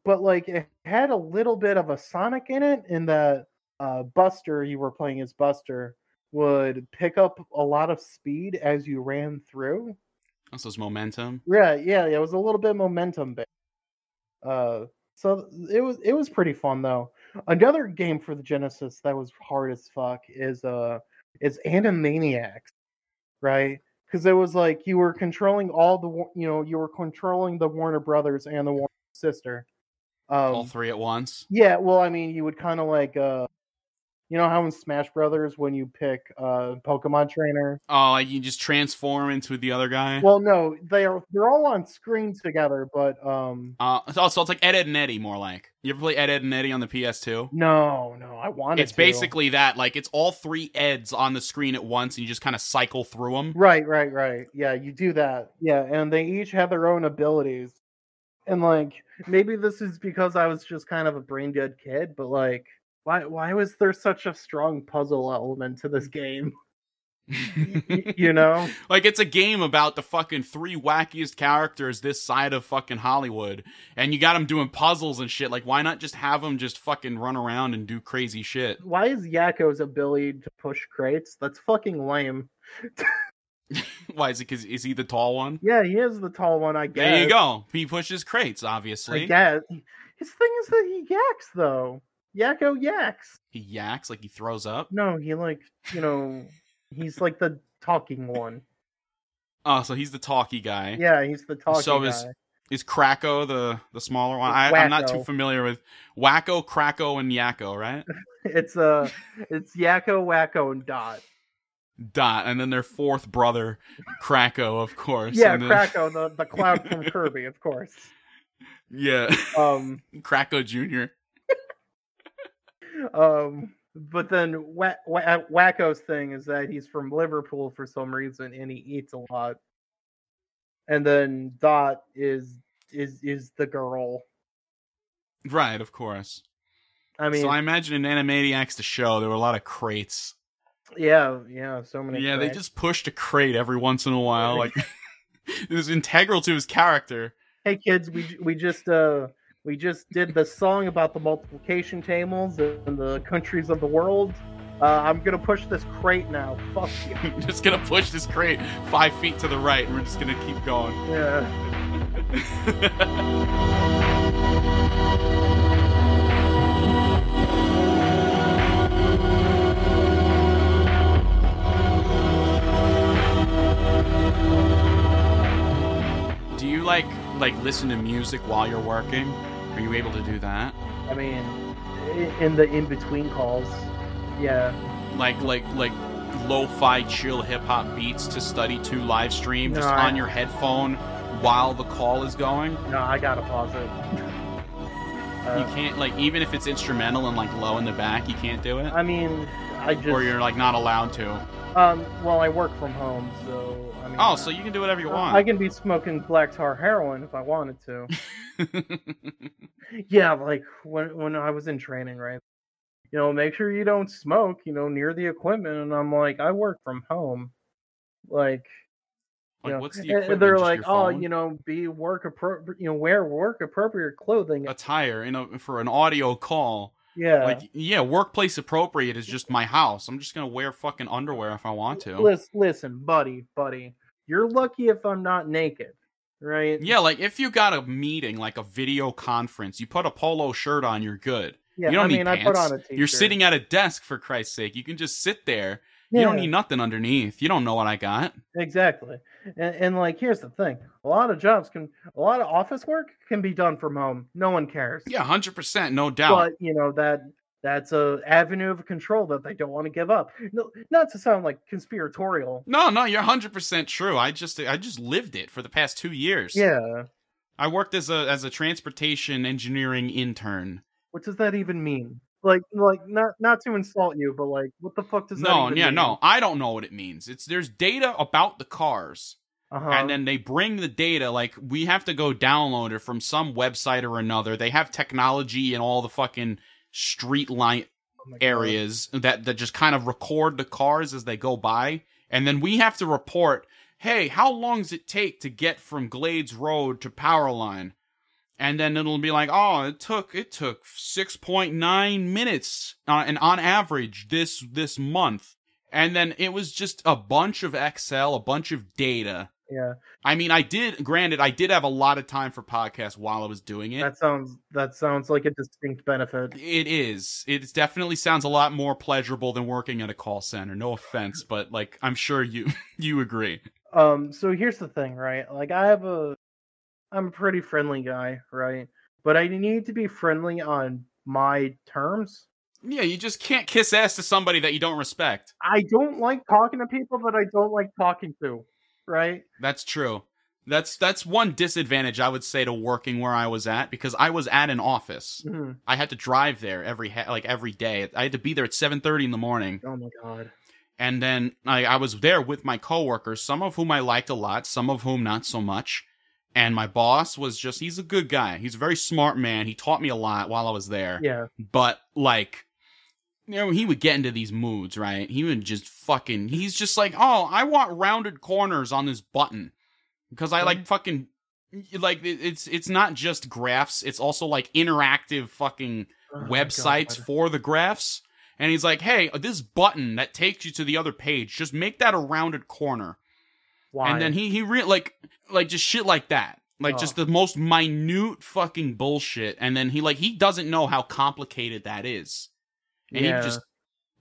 but like it had a little bit of a sonic in it in that uh buster you were playing as buster would pick up a lot of speed as you ran through That's those momentum. Yeah, yeah, yeah. It was a little bit momentum based. Uh, So it was it was pretty fun though. Another game for the Genesis that was hard as fuck is uh is Animaniacs, right? Because it was like you were controlling all the wa- you know you were controlling the Warner Brothers and the Warner Sister. Um, all three at once. yeah, well, I mean, you would kind of like, uh, you know how in Smash Brothers when you pick uh, Pokemon Trainer. Oh, like you just transform into the other guy. Well, no, they are they're all on screen together, but um, uh, so, so it's like Ed, Ed and Eddie more like. You ever play Ed, Ed and Eddie on the PS2? no, no, I wanted. It's to. basically that. Like it's all three Eds on the screen at once, and you just kind of cycle through them. right, right, right. Yeah, you do that. Yeah, and they each have their own abilities, and like maybe this is because I was just kind of a brain dead kid, but like. Why, why was there such a strong puzzle element to this game? you know? Like it's a game about the fucking three wackiest characters this side of fucking Hollywood, and you got them doing puzzles and shit. Like why not just have them just fucking run around and do crazy shit? Why is Yakko's ability to push crates? That's fucking lame. Why is it? Cause is he the tall one? Yeah, he is the tall one, I guess. There you go. He pushes crates, obviously. I guess. His thing is that he yaks, though. Yakko yaks. He yaks like he throws up. No, he, like, you know, he's like the talking one. Oh, so he's the talky guy. Yeah, he's the talking so guy. is is Krako the the smaller one? I, I'm not too Wacko. familiar with Wacko, Krako, and Yakko, right? It's uh it's Yakko, Wacko, and Dot. Dot, and then their fourth brother, Krako, of course. Yeah, and then- Krako, the, the cloud from Kirby, of course. Yeah. Um Krako Junior. Um, but then Wa- Wa- Wacko's thing is that he's from Liverpool for some reason, and he eats a lot. And then Dot is is is the girl. Right, of course. I mean, so I imagine in Animaniacs the show there were a lot of crates. yeah, yeah, so many. Yeah, they cracks. just pushed a crate every once in a while. Like it was integral to his character. Hey kids, we j- we just uh we just did the song about the multiplication tables and the countries of the world. Uh, I'm gonna push this crate now. Fuck you. just gonna push this crate five feet to the right, and we're just gonna keep going. Yeah. Do you like like listen to music while you're working? Are you able to do that? I mean, i- in the in between calls. Yeah. Like like like lo-fi chill hip hop beats to study to live stream just No, I- on your headphone while the call is going? No, I gotta pause it. you Uh, can't like even if it's instrumental and like low in the back, you can't do it. I mean, I just. or you're like not allowed to. Um, well, I work from home, so I mean. Oh, so you can do whatever you I- want. I can be smoking black tar heroin if I wanted to. yeah, like when when I was in training, right? You know, make sure you don't smoke. You know, near the equipment, and I'm like, I work from home. Like, you Like, know, what's the and- and equipment? They're Just like, your oh, phone? you know, be work appropriate. You know, wear work appropriate clothing. attire in a, for an audio call. Yeah. Like, yeah, workplace appropriate is just my house. I'm just gonna wear fucking underwear if I want to. Listen, listen, buddy, buddy. You're lucky if I'm not naked, right? Yeah, like if you got a meeting, like a video conference, you put a polo shirt on, you're good. Yeah, you don't I need mean, I pants. put on a You're t-shirt. sitting at a desk for Christ's sake. You can just sit there. You don't Yeah. need nothing underneath. You don't know what I got. Exactly. And, and like, here's the thing: a lot of jobs can, a lot of office work can be done from home. No one cares. Yeah, hundred percent, no doubt. But you know that that's a avenue of control that they don't want to give up. No, not to sound like conspiratorial. no, no, you're hundred percent true. I just I just lived it for the past two years. Yeah. I worked as a as a transportation engineering intern. What does that even mean? Like, like not not to insult you, but like, what the fuck does that? no even yeah mean? no i don't know what it means it's there's data about the cars Uh-huh. and then they bring the data like we have to go download it from some website or another they have technology in all the fucking street light areas that that just kind of record the cars as they go by and then we have to report hey how long does it take to get from glades road to powerline and then it'll be like, oh, it took it took six point nine minutes, uh, and on average this this month. And then it was just a bunch of Excel, a bunch of data Yeah. I mean, I did. Granted, I did have a lot of time for podcasts while I was doing it. That sounds that sounds like a distinct benefit. It is. It definitely sounds a lot more pleasurable than working at a call center. No offense, but like I'm sure you you agree. Um. So here's the thing, right? Like I have a, I'm a pretty friendly guy, right? But I need to be friendly on my terms. Yeah, you just can't kiss ass to somebody that you don't respect. I don't like talking to people that I don't like talking to, right? That's true. That's that's one disadvantage I would say to working where I was at because I was at an office. Mhm. I had to drive there every ha- like every day. I had to be there at seven thirty in the morning. Oh my god. And then I, I was there with my coworkers, some of whom I liked a lot, some of whom not so much. And my boss was just—he's a good guy. He's a very smart man. He taught me a lot while I was there Yeah. but like you know he would get into these moods right he would just fucking he's just like oh i want rounded corners on this button because i like fucking like it- it's it's not just graphs it's also like interactive fucking websites for the graphs and he's like hey this button that takes you to the other page just make that a rounded corner Why? Oh. and then he he re- like like just shit like that. Like just the most minute fucking bullshit. And then he like he doesn't know how complicated that is. And Yeah. he just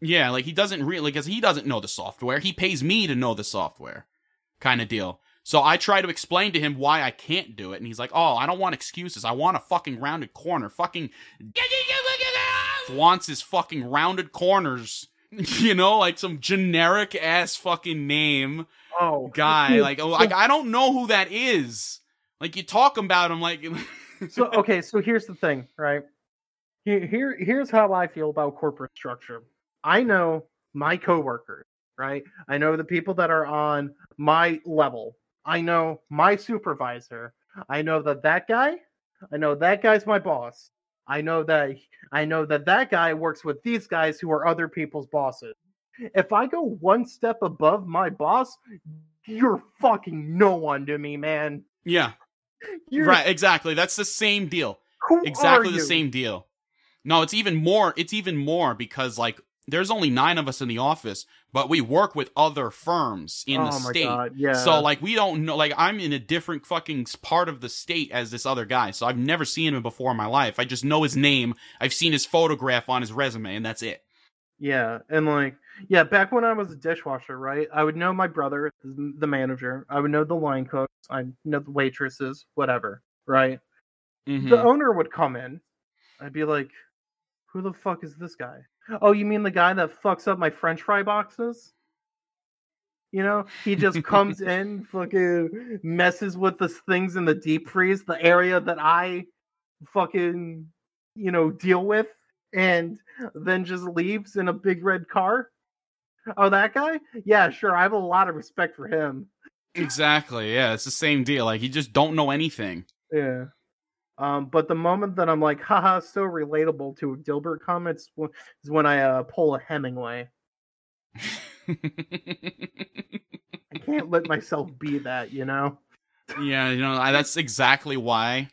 yeah, like he doesn't really cuz he doesn't know the software. He pays me to know the software. Kind of deal. So I try to explain to him why I can't do it and he's like, "Oh, I don't want excuses. I want a fucking rounded corner. Fucking wants his fucking rounded corners." You know, like some generic ass fucking name Oh. guy. Like, oh, like I don't know who that is. Like you talk about him, like so okay so here's the thing right here, here here's how i feel about corporate structure i know my coworkers right i know the people that are on my level i know my supervisor i know that that guy i know that guy's my boss i know that i know that that guy works with these guys who are other people's bosses if i go one step above my boss you're fucking no one to me man yeah, You're- right, exactly. That's the same deal. Who exactly are the you? same deal. No, it's even more. It's even more because like there's only nine of us in the office, but we work with other firms in the Oh my state. God, yeah. So like we don't know. Like I'm in a different fucking s- part of the state as this other guy. So I've never seen him before in my life. I just know his name. I've seen his photograph on his resume, and that's it. Yeah, and like, yeah, back when I was a dishwasher, right? I would know my brother, the manager. I would know the line cooks. I know the waitresses, whatever, right? Mm-hmm. The owner would come in. I'd be like, "Who the fuck is this guy? Oh, you mean the guy that fucks up my French fry boxes? You know, he just comes in, fucking messes with the things in the deep freeze, the area that I fucking you know deal with." and then just leaves in a big red car. Oh, that guy? Yeah, sure. I have a lot of respect for him. Exactly. Yeah, it's the same deal. Like you just don't know anything. Yeah. Um, but the moment that I'm like, haha, so relatable to Dilbert comments w- is when I uh, pull a Hemingway. I can't let myself be that, you know? Yeah, you know I, that's exactly why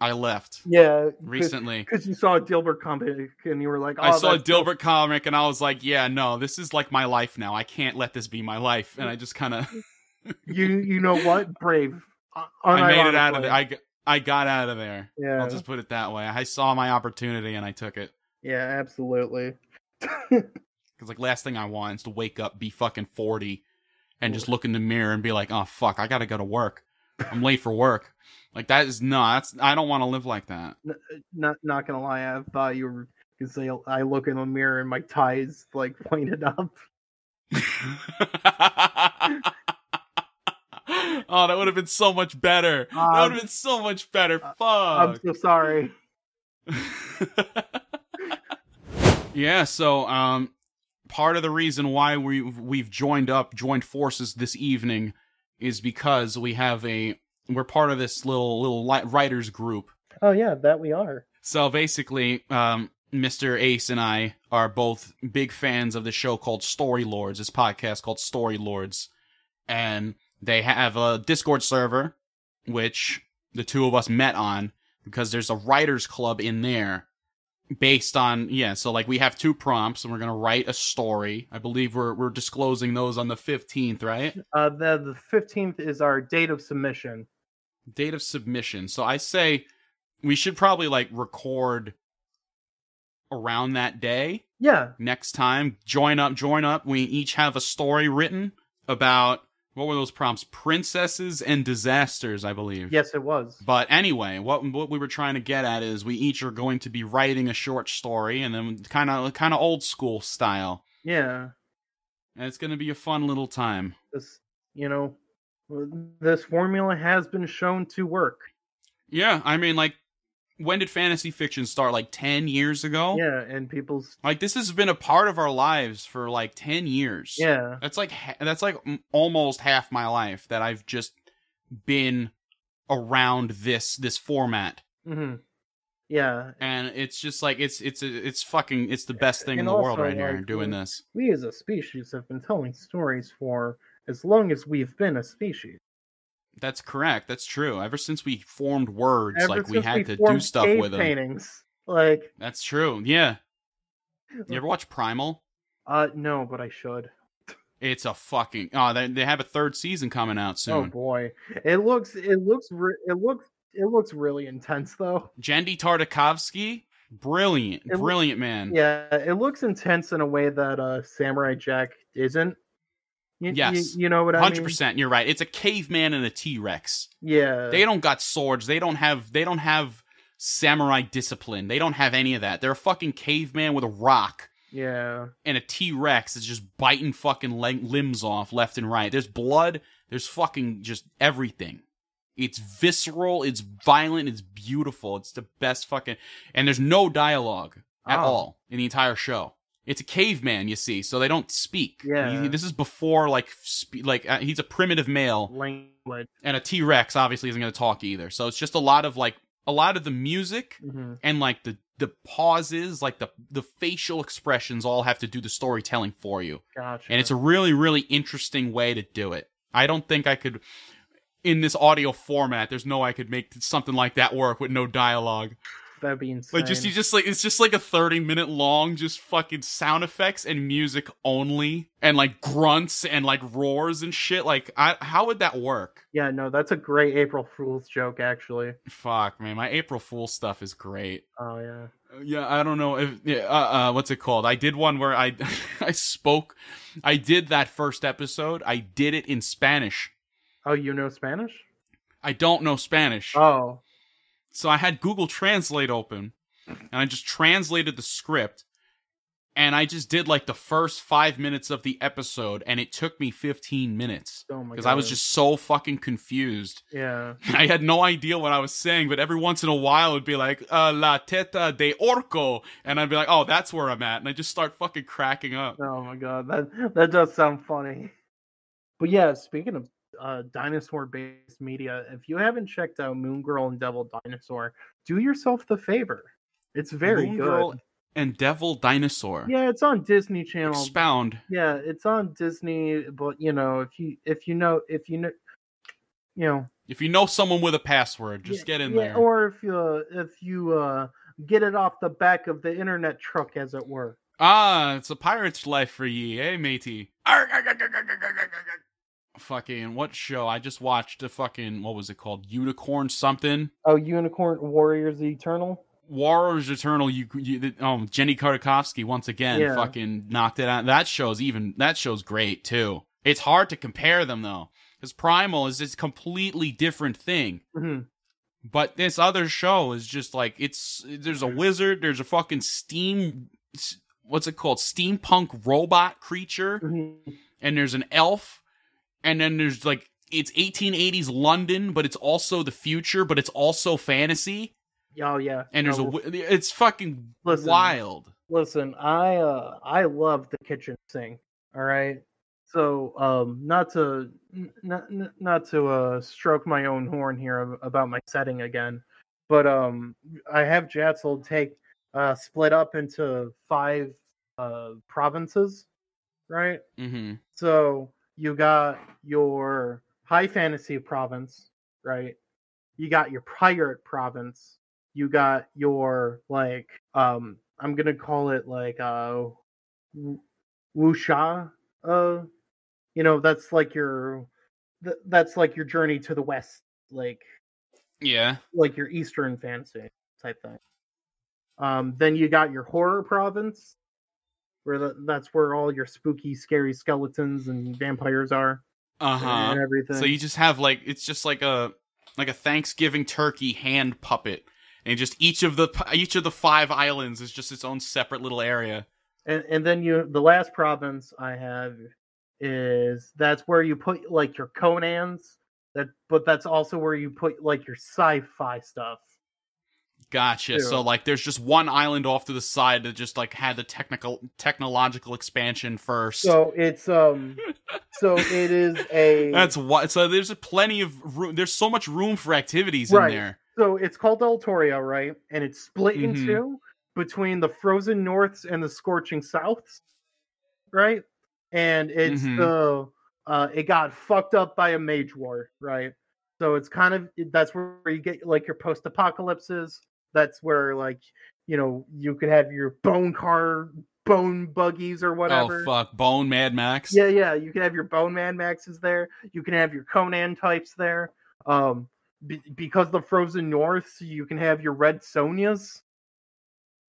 I left. Yeah. Recently. Because you saw a Dilbert comic and you were like, oh, I saw a that's so Dilbert comic and I was like, yeah, no, this is like my life now. I can't let this be my life. And I just kind of You you know what? Brave. Uh, I made it out of unironically. there. I g- I got out of there. Yeah. I'll just put it that way. I saw my opportunity and I took it. Yeah, absolutely. Cuz like last thing I want is to wake up be fucking 40 and just look in the mirror and be like, "Oh fuck, I got to go to work. I'm late for work." Like that is no, that's I don't want to live like that. N- not not gonna lie, I thought you were because I, I look in the mirror and my tie is like pointed up. Oh, that would have been so much better. that would Um, uh, have been so much better. Fuck. I'm so sorry. yeah, so um part of the reason why we we've joined up, joined forces this evening is because we have a we're part of this little little li- writers group. Oh yeah, that we are. So basically, um Mr. Ace and I are both big fans of the show called Story Lords, this podcast called Story Lords. And they have a Discord server, which the two of us met on because there's a writers club in there based on yeah so like we have two prompts and we're gonna write a story i believe we're we're disclosing those on the 15th right Uh, the the fifteenth is our date of submission. date of submission so i say we should probably like record around that day Yeah, next time join up join up we each have a story written about what were those prompts princesses and disasters i believe yes, it was. But anyway, what what we were trying to get at is we each are going to be writing a short story, and then kind of kind of old school style, Yeah, and it's going to be a fun little time. this you know, this formula has been shown to work. Yeah, I mean, like, when did fantasy fiction start? Like ten years ago. Yeah, and people's Like this has been a part of our lives for like ten years. Yeah. that's like ha- that's like m- almost half my life that I've just been around this this format, hmm yeah. and it's just like it's it's it's fucking it's the best thing And in the world also, right here like, doing we- this. We as a species have been telling stories for as long as we've been a species. That's correct. That's true. Ever since we formed words, Ever like we since had to do formed stuff cave with them. paintings. Like, That's true. Yeah. You ever watch Primal? uh, no, but I should. It's a fucking oh, they, they have a third season coming out Oh soon. boy, it looks, it looks, re- it looks, it looks really intense though. Jandy Tartakovsky, brilliant, It- brilliant man. Yeah, it looks intense in a way that uh Samurai Jack isn't. Y- y- Yes. you know what I mean. Hundred percent. You're right. It's a caveman and a T Rex. Yeah, They don't got swords. They don't have. They don't have samurai discipline. They don't have any of that. They're a fucking caveman with a rock. yeah, and a T Rex is just biting fucking leg- limbs off left and right. There's blood. There's fucking just everything. It's visceral. It's violent. It's beautiful. It's the best fucking. And there's no dialogue at Oh. all in the entire show. It's a caveman, you see, so they don't speak. Yeah. He- this is before like spe- like uh, he's a primitive male, language. and a T Rex obviously isn't going to talk either. So it's just a lot of like a lot of the music hmm and like the the pauses like the the facial expressions all have to do the storytelling for you Gotcha. and it's a really really interesting way to do it i don't think i could in this audio format there's no way i could make something like that work with no dialogue that'd be insane. like just you just like it's just like a 30 minute long just fucking sound effects and music only and like grunts and like roars and shit like I, how would that work yeah, no, that's a great April Fool's joke, actually. fuck man my april fool stuff is great Oh yeah. Uh, Yeah, I don't know if yeah, uh, uh, what's it called? I did one where I I spoke. I did that first episode. I did it in Spanish. Oh, you know Spanish? I don't know Spanish, Oh, so I had Google Translate open, and I just translated the script, and I just did like the first five minutes of the episode, and it took me fifteen minutes oh my. because I was God. just so fucking confused. yeah. I had no idea what I was saying, but every once in a while it'd be like, uh, La Teta de Orco. And I'd be like, oh, that's where I'm at. And I just start fucking cracking up. Oh my god, that that does sound funny. But yeah, speaking of uh, dinosaur-based media, if you haven't checked out Moon Girl and Devil Dinosaur, do yourself the favor. It's very Moon good. Girl and Devil Dinosaur. Yeah, it's on Disney Channel. Expound. yeah, it's on Disney. But you know, if you if you know if you know, you know, If you know someone with a password, just yeah, get in yeah, there. Or if you if you uh, get it off the back of the internet truck, as it were. ah, it's a pirate's life for ye, eh, matey? Fucking, what show? I just watched a fucking, what was it called? Unicorn something? Oh, Unicorn Warriors Eternal. Warriors Eternal, you, you the- um, Jenny Kartakovsky once again Yeah. fucking knocked it out. That show's even that show's great too. It's hard to compare them though, because Primal is this completely different thing. Mhm. But this other show is just like it's there's a wizard, there's a fucking steam, s- what's it called, steampunk robot creature, Mhm. and there's an elf, and then there's like it's 1880s London, but it's also the future, but it's also fantasy. Oh yeah. And there's a no, wi- it's fucking Listen. wild. listen i uh i love the kitchen sink all right so um not to n- n- not to uh stroke my own horn here ab- about my setting again but um i have jatzel take uh split up into five uh provinces right hmm so you got your high fantasy province right you got your pirate province you got your like um I'm gonna call it like uh w- wusha uh you know that's like your th- that's like your journey to the west like Yeah. like your eastern fantasy type thing um then you got your horror province where the, that's where all your spooky scary skeletons and vampires are Uh huh. and everything So you just have like it's just like a like a Thanksgiving turkey hand puppet, and just each of the each of the five islands is just its own separate little area. and and then you the last province I have is that's where you put like your Conan's that but that's also where you put like your sci-fi stuff. Gotcha. True. So like there's just one island off to the side that just like had the technical technological expansion first. So it's um so it is a That's why. So there's plenty of room. There's so much room for activities right. in there. So it's called El Torrio, right? And it's split in Mhm. two between the frozen norths and the scorching souths, right? And it's Mm-hmm. Mhm. the uh it got fucked up by a mage war, right? So it's kind of that's where you get like your post apocalypses. That's where like you know you could have your bone car, bone buggies or whatever. Oh fuck, Bone Mad Max. Yeah, yeah. You can have your Bone Man Maxes there. You can have your Conan types there. Um, be- because the Frozen North, you can have your Red Sonias.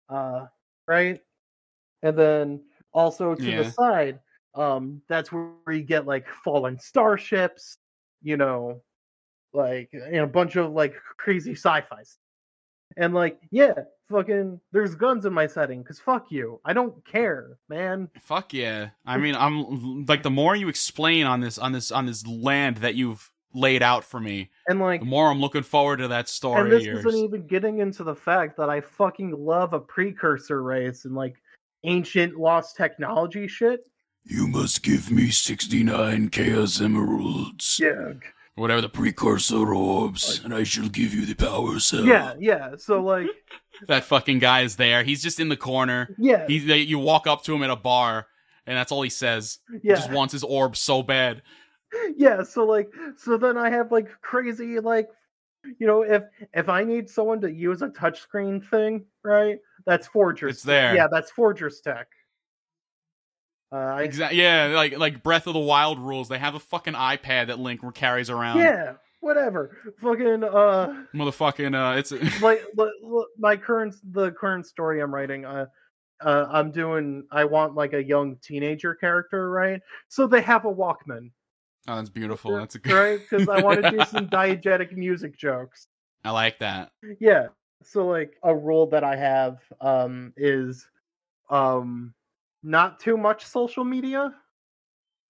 Uh, right, and then also to Yeah. the side, um, that's where you get like fallen starships. You know, like and a bunch of like crazy sci-fi stuff. And like, yeah, fucking, there's guns in my setting because fuck you, I don't care, man. Fuck yeah. I mean, I'm like the more you explain on this on this on this land that you've laid out for me, And like, the more I'm looking forward to that story. And this of yours. isn't even getting into the fact that I fucking love a precursor race and like ancient lost technology shit. You must give me 69 Chaos Emeralds. Yeah. Whatever the precursor orbs, and I shall give you the power cell. Yeah, yeah. So like, That fucking guy is there. He's just in the corner. Yeah. He, they, you walk up to him at a bar, and that's all he says. He Yeah. just wants his orb so bad. yeah. So like, so then I have like crazy like, you know, if if I need someone to use a touchscreen thing, right? That's Forger's. It's there. Yeah, that's Forger's tech. Uh, Exactly. Yeah, like like Breath of the Wild rules. They have a fucking iPad that Link carries around. yeah. Whatever. Fucking uh. Motherfucking. Uh, it's like l- l- my current the current story I'm writing. Uh, uh, I'm doing. I want like a young teenager character, right? So they have a Walkman, uh, oh, that's beautiful. That's a good. right? Because I want to do some diegetic music jokes. I like that. Yeah. So like a rule that I have um is um not too much social media,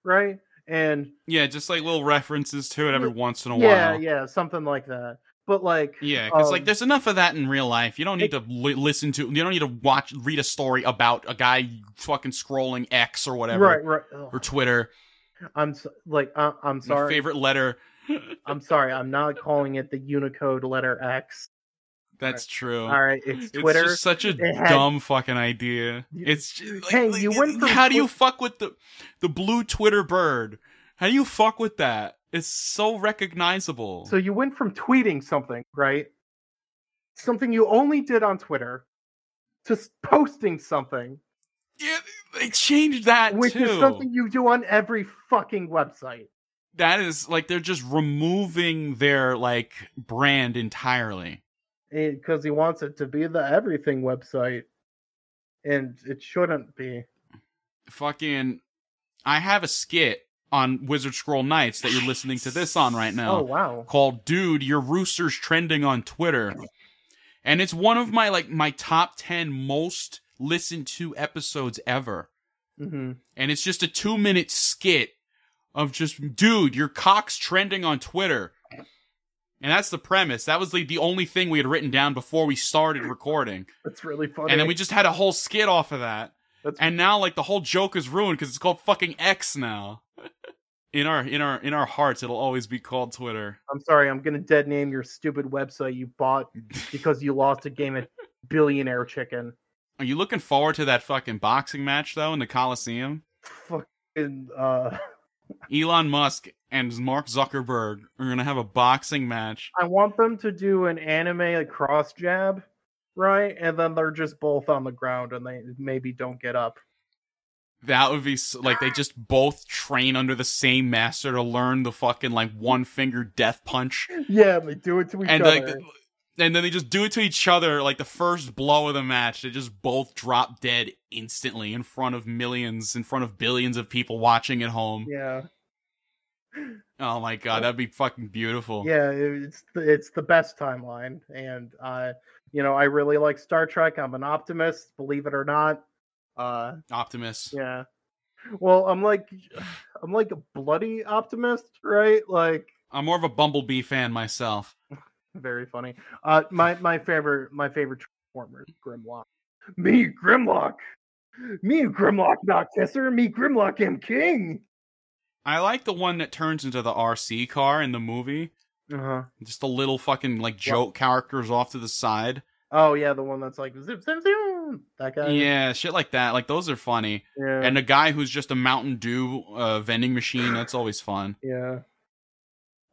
right? And Yeah, just like little references to it every once in a yeah, while. yeah, something like that. But like Yeah, because um, like there's enough of that in real life. You don't need to li- listen to. You don't need to watch, read a story about a guy fucking scrolling X or whatever, Right, right. Ugh. or Twitter. I'm so, like I, I'm My sorry. favorite letter. I'm sorry. I'm not calling it the Unicode letter X. That's true. All right, it's Twitter. just such a It had- dumb fucking idea. It's ju- like, Hey, like, you it- went from how do you Twi- fuck with the the blue Twitter bird? How do you fuck with that? It's so recognizable. So you went from tweeting something, right? Something you only did on Twitter, to s- posting something. Yeah, they changed that which too. is something you do on every fucking website. that is like they're just removing their like brand entirely. because he wants it to be the everything website, and it shouldn't be. Fucking, I have a skit on Wizard Scroll Nights that you're listening to this on right now. Oh wow! Called "Dude, Your Rooster's Trending on Twitter," and it's one of my like my top ten most listened to episodes ever. hmm and it's just a two minute skit of just dude your cock's trending on twitter and that's the premise that was like the only thing we had written down before we started recording That's really funny. and then we just had a whole skit off of that That's- and now like the whole joke is ruined because it's called fucking x now in our in our in our hearts it'll always be called twitter I'm sorry, I'm gonna dead name your stupid website you bought because you lost a game at Billionaire Chicken. are you looking forward to that fucking boxing match though in the coliseum Fucking uh, Elon Musk and Mark Zuckerberg are gonna have a boxing match. I want them to do an anime cross jab, right? And then they're just both on the ground and they maybe don't get up. That would be s like they just both train under the same master to learn the fucking like one finger death punch, Yeah, they do it to each and other. like, the- and then they just do it to each other. Like the first blow of the match, they just both drop dead instantly in front of millions, in front of billions of people watching at home. yeah. Oh my god, that'd be fucking beautiful. Yeah, it's the, it's the best timeline, and uh, you know I really like Star Trek. I'm an optimist, believe it or not. Uh, Optimus. yeah. Well, I'm like I'm like a bloody optimist, right? Like I'm more of a Bumblebee fan myself. very funny. Uh, my my favorite my favorite Transformer is Grimlock. Me, Grimlock. Me, Grimlock, not Kisser. Me, Grimlock, am king. I like the one that turns into the RC car in the movie. Uh-huh. Just the little fucking like joke characters off to the side. Oh yeah, the one that's like zip zip zoom. That guy. yeah, shit like that. Like those are funny. Yeah. And the guy who's just a Mountain Dew uh, vending machine, that's always fun. Yeah.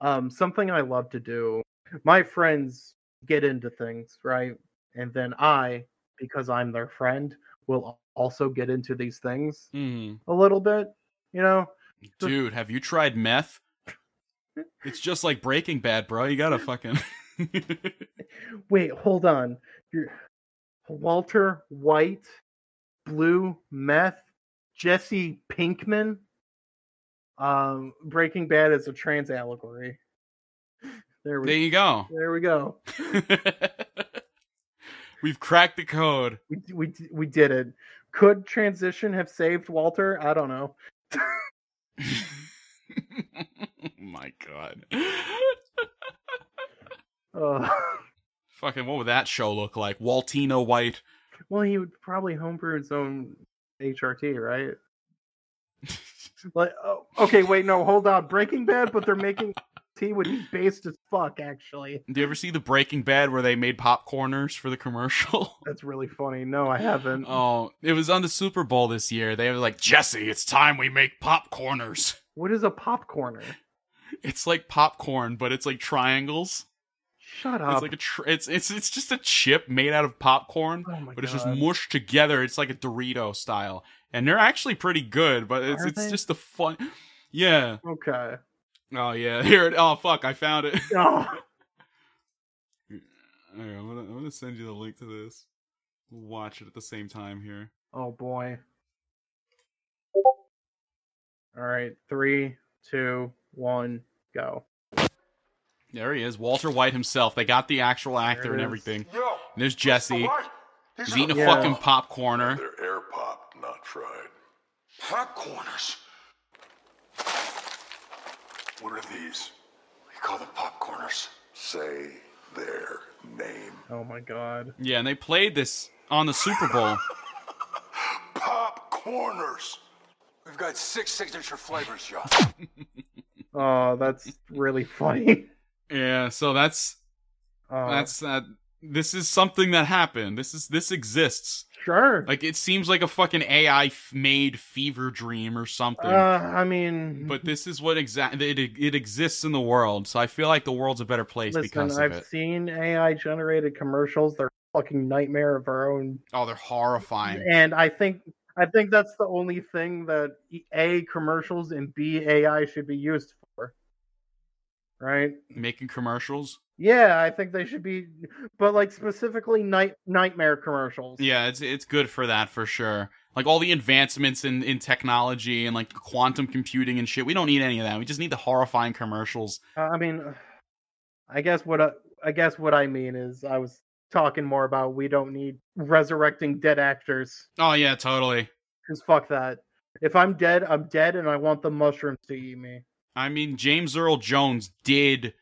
Um, something I love to do. My friends get into things, right? And then I, because I'm their friend, will also get into these things Mm. a little bit, you know? Dude, have you tried meth? It's just like Breaking Bad, bro. You gotta fucking. Wait, hold on. You're Walter White, Blue Meth, Jesse Pinkman. Um, Breaking Bad is a trans allegory. There we There you go. There we go. We've cracked the code. We d- we d- we did it. Could transition have saved Walter? I don't know. Oh my god. Uh, Fucking, what would that show look like? Waltino White. well, he would probably homebrew his own HRT, right? like, oh, okay, wait, no, hold on. Breaking Bad, but they're making tea would be based as fuck. Actually, Do you ever see the Breaking Bad where they made popcorners for the commercial? that's really funny. No, I haven't. Oh, it was on the Super Bowl this year. They were like, Jesse, it's time we make popcorners. What is a popcorner? It's like popcorn, but it's like triangles. Shut It's up. like a tr- it's it's it's just a chip made out of popcorn, Oh my but it's just God. mushed together. It's like a Dorito style, and they're actually pretty good. But it's Are it's they? just a fun. Yeah. okay. Oh yeah. Here it. Oh fuck! I found it. Oh, All right, I'm gonna I'm gonna send you the link to this. We'll watch it at the same time here. oh boy. All right, three, two, one, go. There he is, Walter White himself. They got the actual it actor and is. everything. And there's Jesse. He's eating a Yeah. fucking popcorner. They're air popped, not fried. Popcorners. What are these? We call them popcorners. Say their name. Oh my god. Yeah, and they played this on the Super Bowl. Popcorners. We've got six signature flavors, John. Oh, that's really funny. yeah, so that's Oh, that's that. This is something that happened. This is this exists. sure. Like it seems like a fucking AI f- made fever dream or something. Uh, mm-hmm. I mean, but this is what exactly it it exists in the world. So I feel like the world's a better place listen, because of I've it. seen AI generated commercials. They're a fucking nightmare of our own. Oh, they're horrifying. And I think I think that's the only thing that E- A commercials and B AI should be used for. Right? Making commercials. Yeah, I think they should be but like specifically night nightmare commercials. Yeah, it's it's good for that for sure. Like all the advancements in in technology and like quantum computing and shit. We don't need any of that. We just need the horrifying commercials. Uh, I mean I guess what I, I guess what I mean is I was talking more about we don't need resurrecting dead actors. Oh yeah, totally. Cause fuck that. If I'm dead, I'm dead, and I want the mushrooms to eat me. I mean, James Earl Jones did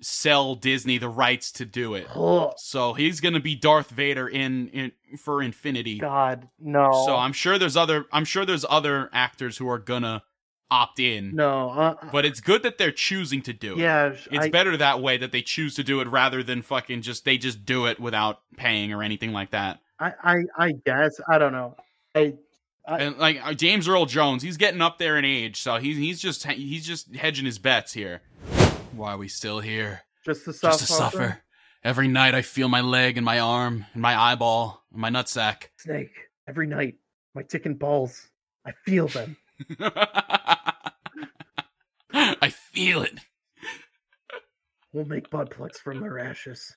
sell Disney the rights to do it. Ugh. So he's going to be Darth Vader in, in for Infinity. God, no. So I'm sure there's other I'm sure there's other actors who are going to opt in. no. Uh, But it's good that they're choosing to do it. yeah, sh- It's I- better that way that they choose to do it rather than fucking just they just do it without paying or anything like that. I, I, I guess I don't know. I and like uh, James Earl Jones, he's getting up there in age, so he's he's just he's just hedging his bets here. Why are we still here? Just to Just suffer. to suffer. Every night I feel my leg and my arm and my eyeball and my nutsack. Snake, every night, my ticking balls. I feel them. I feel it. We'll make butt plugs from their ashes.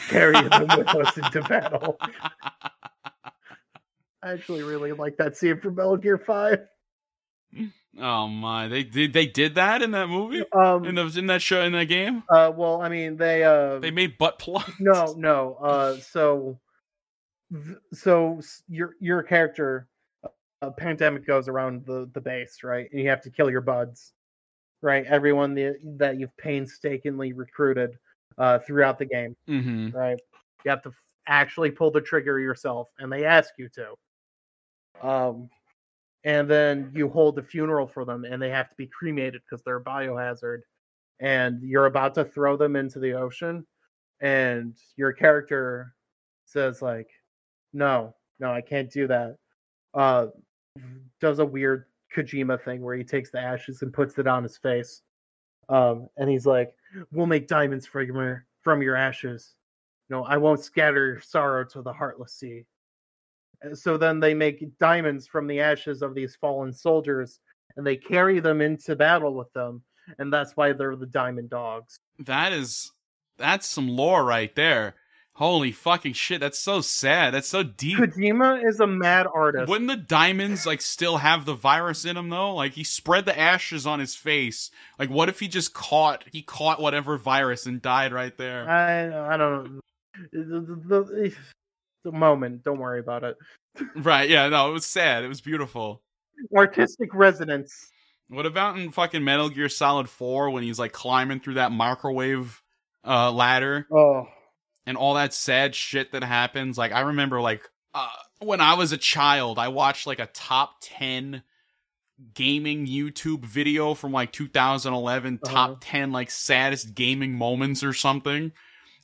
Carry them with us into battle. I actually really like that scene from Metal Gear 5. Oh my! They did they did that in that movie in the, in that show in that game. Um, Uh, well, I mean, they uh, They made butt plugs. No, no. Uh, so, th- so s- your your character, a pandemic goes around the the base, right? And you have to kill your buds, right? Everyone the, that you've painstakingly recruited uh, throughout the game, Mhm. right? You have to f- actually pull the trigger yourself, and they ask you to. Um, and then you hold a funeral for them, and they have to be cremated because they're a biohazard. And you're about to throw them into the ocean, and your character says like no no i can't do that uh does a weird kojima thing where he takes the ashes and puts it on his face um and he's like we'll make diamonds from your from your ashes no i won't scatter your sorrow to the heartless sea And so then they make diamonds from the ashes of these fallen soldiers and they carry them into battle with them and that's why they're the diamond dogs That is that's some lore right there. Holy fucking shit! That's so sad. That's so deep. kojima is a mad artist Wouldn't the diamonds like still have the virus in him though? Like he spread the ashes on his face. Like what if he just caught he caught whatever virus and died right there? Uh, I I don't know. The, the, the, the moment. Don't worry about it. Right, yeah, no, it was sad. It was beautiful. Artistic resonance. What about in fucking Metal Gear Solid 4 when he's like climbing through that microwave uh ladder? Oh. And all that sad shit that happens. Like I remember like uh when I was a child, I watched like a top 10 gaming YouTube video from like 2011 Uh-huh. top 10 like saddest gaming moments or something.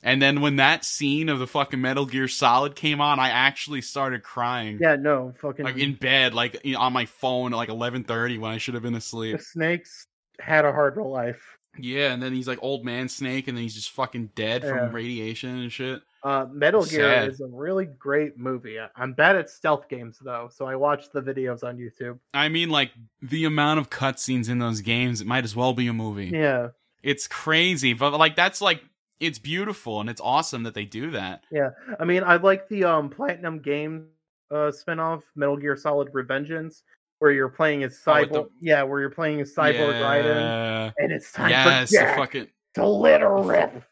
And then when that scene of the fucking Metal Gear Solid came on, I actually started crying. Yeah, no, fucking like in bed, like you know, on my phone at like eleven thirty when I should have been asleep. the snakes had a hard life. Yeah, and then he's like old man snake, and then he's just fucking dead Yeah. from radiation and shit. Uh, Metal Gear Sad. is a really great movie. I- I'm bad at stealth games though, so I watch the videos on YouTube. I mean, like the amount of cutscenes in those games, it might as well be a movie. Yeah, it's crazy, but like that's like it's beautiful and it's awesome that they do that. yeah. I mean, I like the um Platinum Games uh spinoff, Metal Gear Solid Revengeance, where you're playing as Oh, with cyborg. the- Yeah, where you're playing as cyborg Raiden, and it's time yes, for Jack the fucking to let her rip.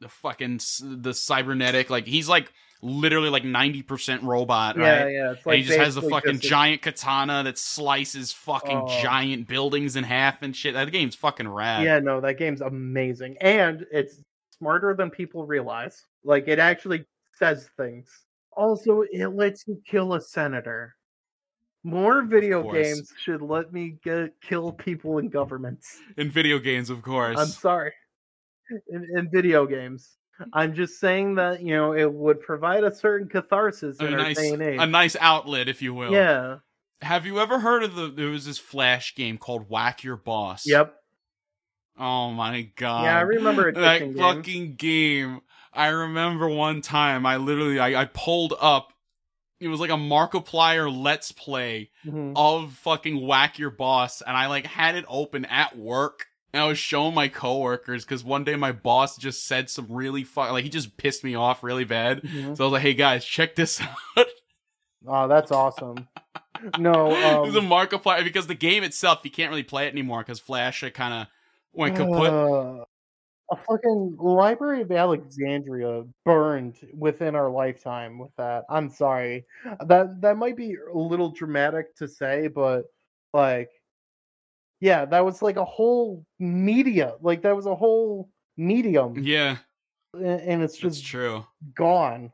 the fucking s- the cybernetic like he's like literally like 90% robot Yeah, right yeah, it's and he like just has the basically fucking just a- giant katana that slices fucking Oh. giant buildings in half and shit that game's fucking rad Yeah, no, that game's amazing. And it's smarter than people realize. Like it actually says things. Also, it lets you kill a senator. More video course. games should let me get, kill people in governments. in video games of course I'm sorry. In, in video games. I'm just saying that, you know, it would provide a certain catharsis a in our nice day and age. a nice outlet if you will Yeah. have you ever heard of the there was this flash game called whack your boss Yep. Oh my god! Yeah, I remember a that kitchen game. fucking game. I remember one time I literally I, I pulled up. It was like a Markiplier Let's Play Mhm. of fucking Whack Your Boss, and I like had it open at work. And I was showing my coworkers because one day my boss just said some really fuck like he just pissed me off really bad. Mhm. So I was like, "Hey guys, check this out." Oh, that's awesome. no, um, it was a Markiplier because the game itself you can't really play it anymore because Flash it kind of went kaput. Uh, a fucking Library of Alexandria burned within our lifetime with that. I'm sorry. That that might be a little dramatic to say, but like yeah, that was like a whole media. Like that was a whole medium yeah, a- and it's that's just true. gone.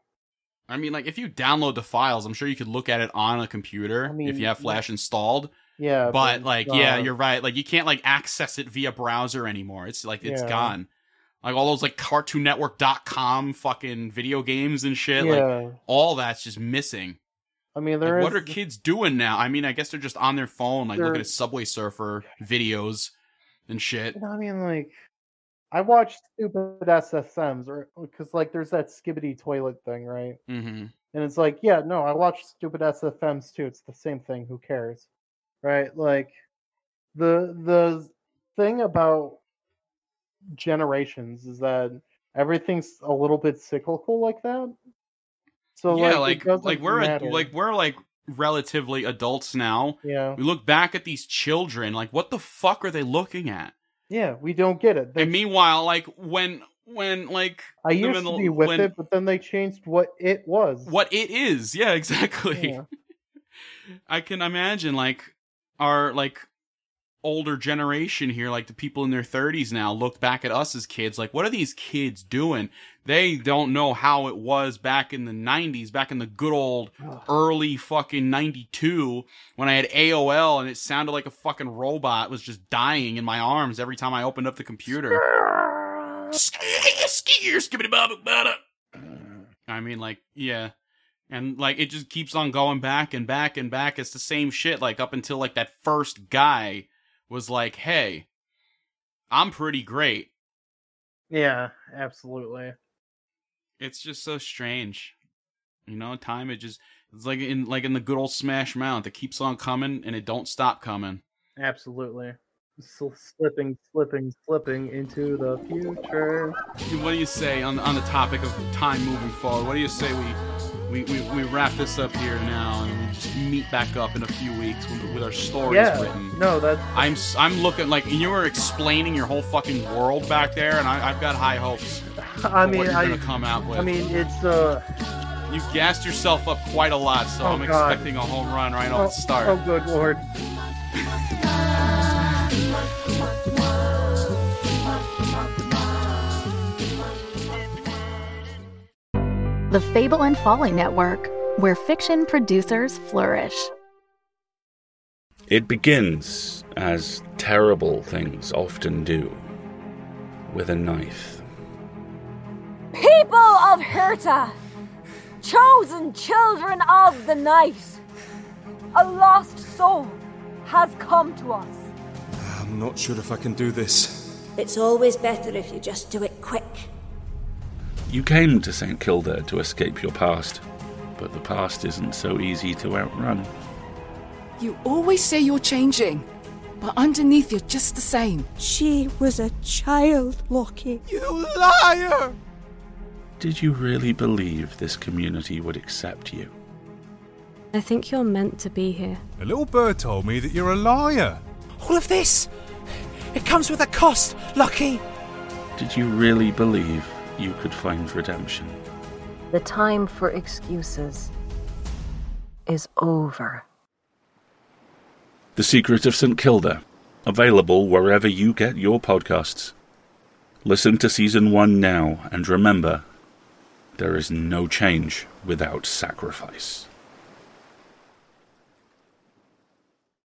I mean, like if you download the files, I'm sure you could look at it on a computer if mean, you have Flash installed. Yeah. But like, yeah, uh, you're right. Like you can't like access it via browser anymore. It's like it's Yeah. gone. Like all those like CartoonNetwork.com fucking video games and shit. Yeah. Like all that's just missing. I mean, there is. Like, what are kids doing now? I mean, I guess they're just on their phone, like They're- looking at Subway Surfer videos and shit. You know, I mean, like, I watch stupid SSMs, or because like there's that skibbity toilet thing, right? Mm-hmm. And it's like, yeah, no, I watch stupid SFMs too. It's the same thing. Who cares, right? Like, the the thing about generations is that everything's a little bit cyclical like that. So like, yeah, like it like, doesn't we're a- matter. like we're like relatively adults now. Yeah. We look back at these children, like what the fuck are they looking at? yeah, we don't get it. They And meanwhile, like when when like I the used middle- to be with when- it, but then they changed what it was. what it is. Yeah, exactly. I can imagine like our like older generation here, like the people in their 30s now look back at us as kids like what are these kids doing? They don't know how it was back in the 90s, back in the good old early fucking 92 when I had AOL and it sounded like a fucking robot was just dying in my arms every time I opened up the computer. I mean, like, yeah. And like it just keeps on going back and back and back. It's the same shit, like up until like that first guy was like, Hey, I'm pretty great. Yeah, absolutely. It's just so strange. You know, time it just it's like in like in the good old Smash Mount, it keeps on coming and it don't stop coming. Absolutely. Sl- slipping, slipping, slipping into the future. What do you say on on the topic of time moving forward? What do you say we we, we, we wrap this up here now and we just meet back up in a few weeks with, with our stories Yeah. written? No, that's I'm s- I'm looking like you were explaining your whole fucking world back there, and I, I've got high hopes. I for mean, what you're I- gonna come out with. I mean, it's uh you've gassed yourself up quite a lot, so Oh, I'm God. expecting a home run right oh, off the start. Oh, good lord. The Fable and Folly Network, where fiction producers flourish. It begins, as terrible things often do, with a knife. People of Hirta, chosen children of the night, a lost soul has come to us. I'm not sure if I can do this. It's always better if you just do it quick. You came to St. Kilda to escape your past, but the past isn't so easy to outrun. You always say you're changing, but underneath you're just the same. She was a child, Lockie. You liar! Did you really believe this community would accept you? I think you're meant to be here. A little bird told me that you're a liar. All of this! It comes with a cost, Lucky! Did you really believe you could find redemption? The time for excuses is over. The Secret of St. Kilda, available wherever you get your podcasts. Listen to Season 1 now and remember there is no change without sacrifice.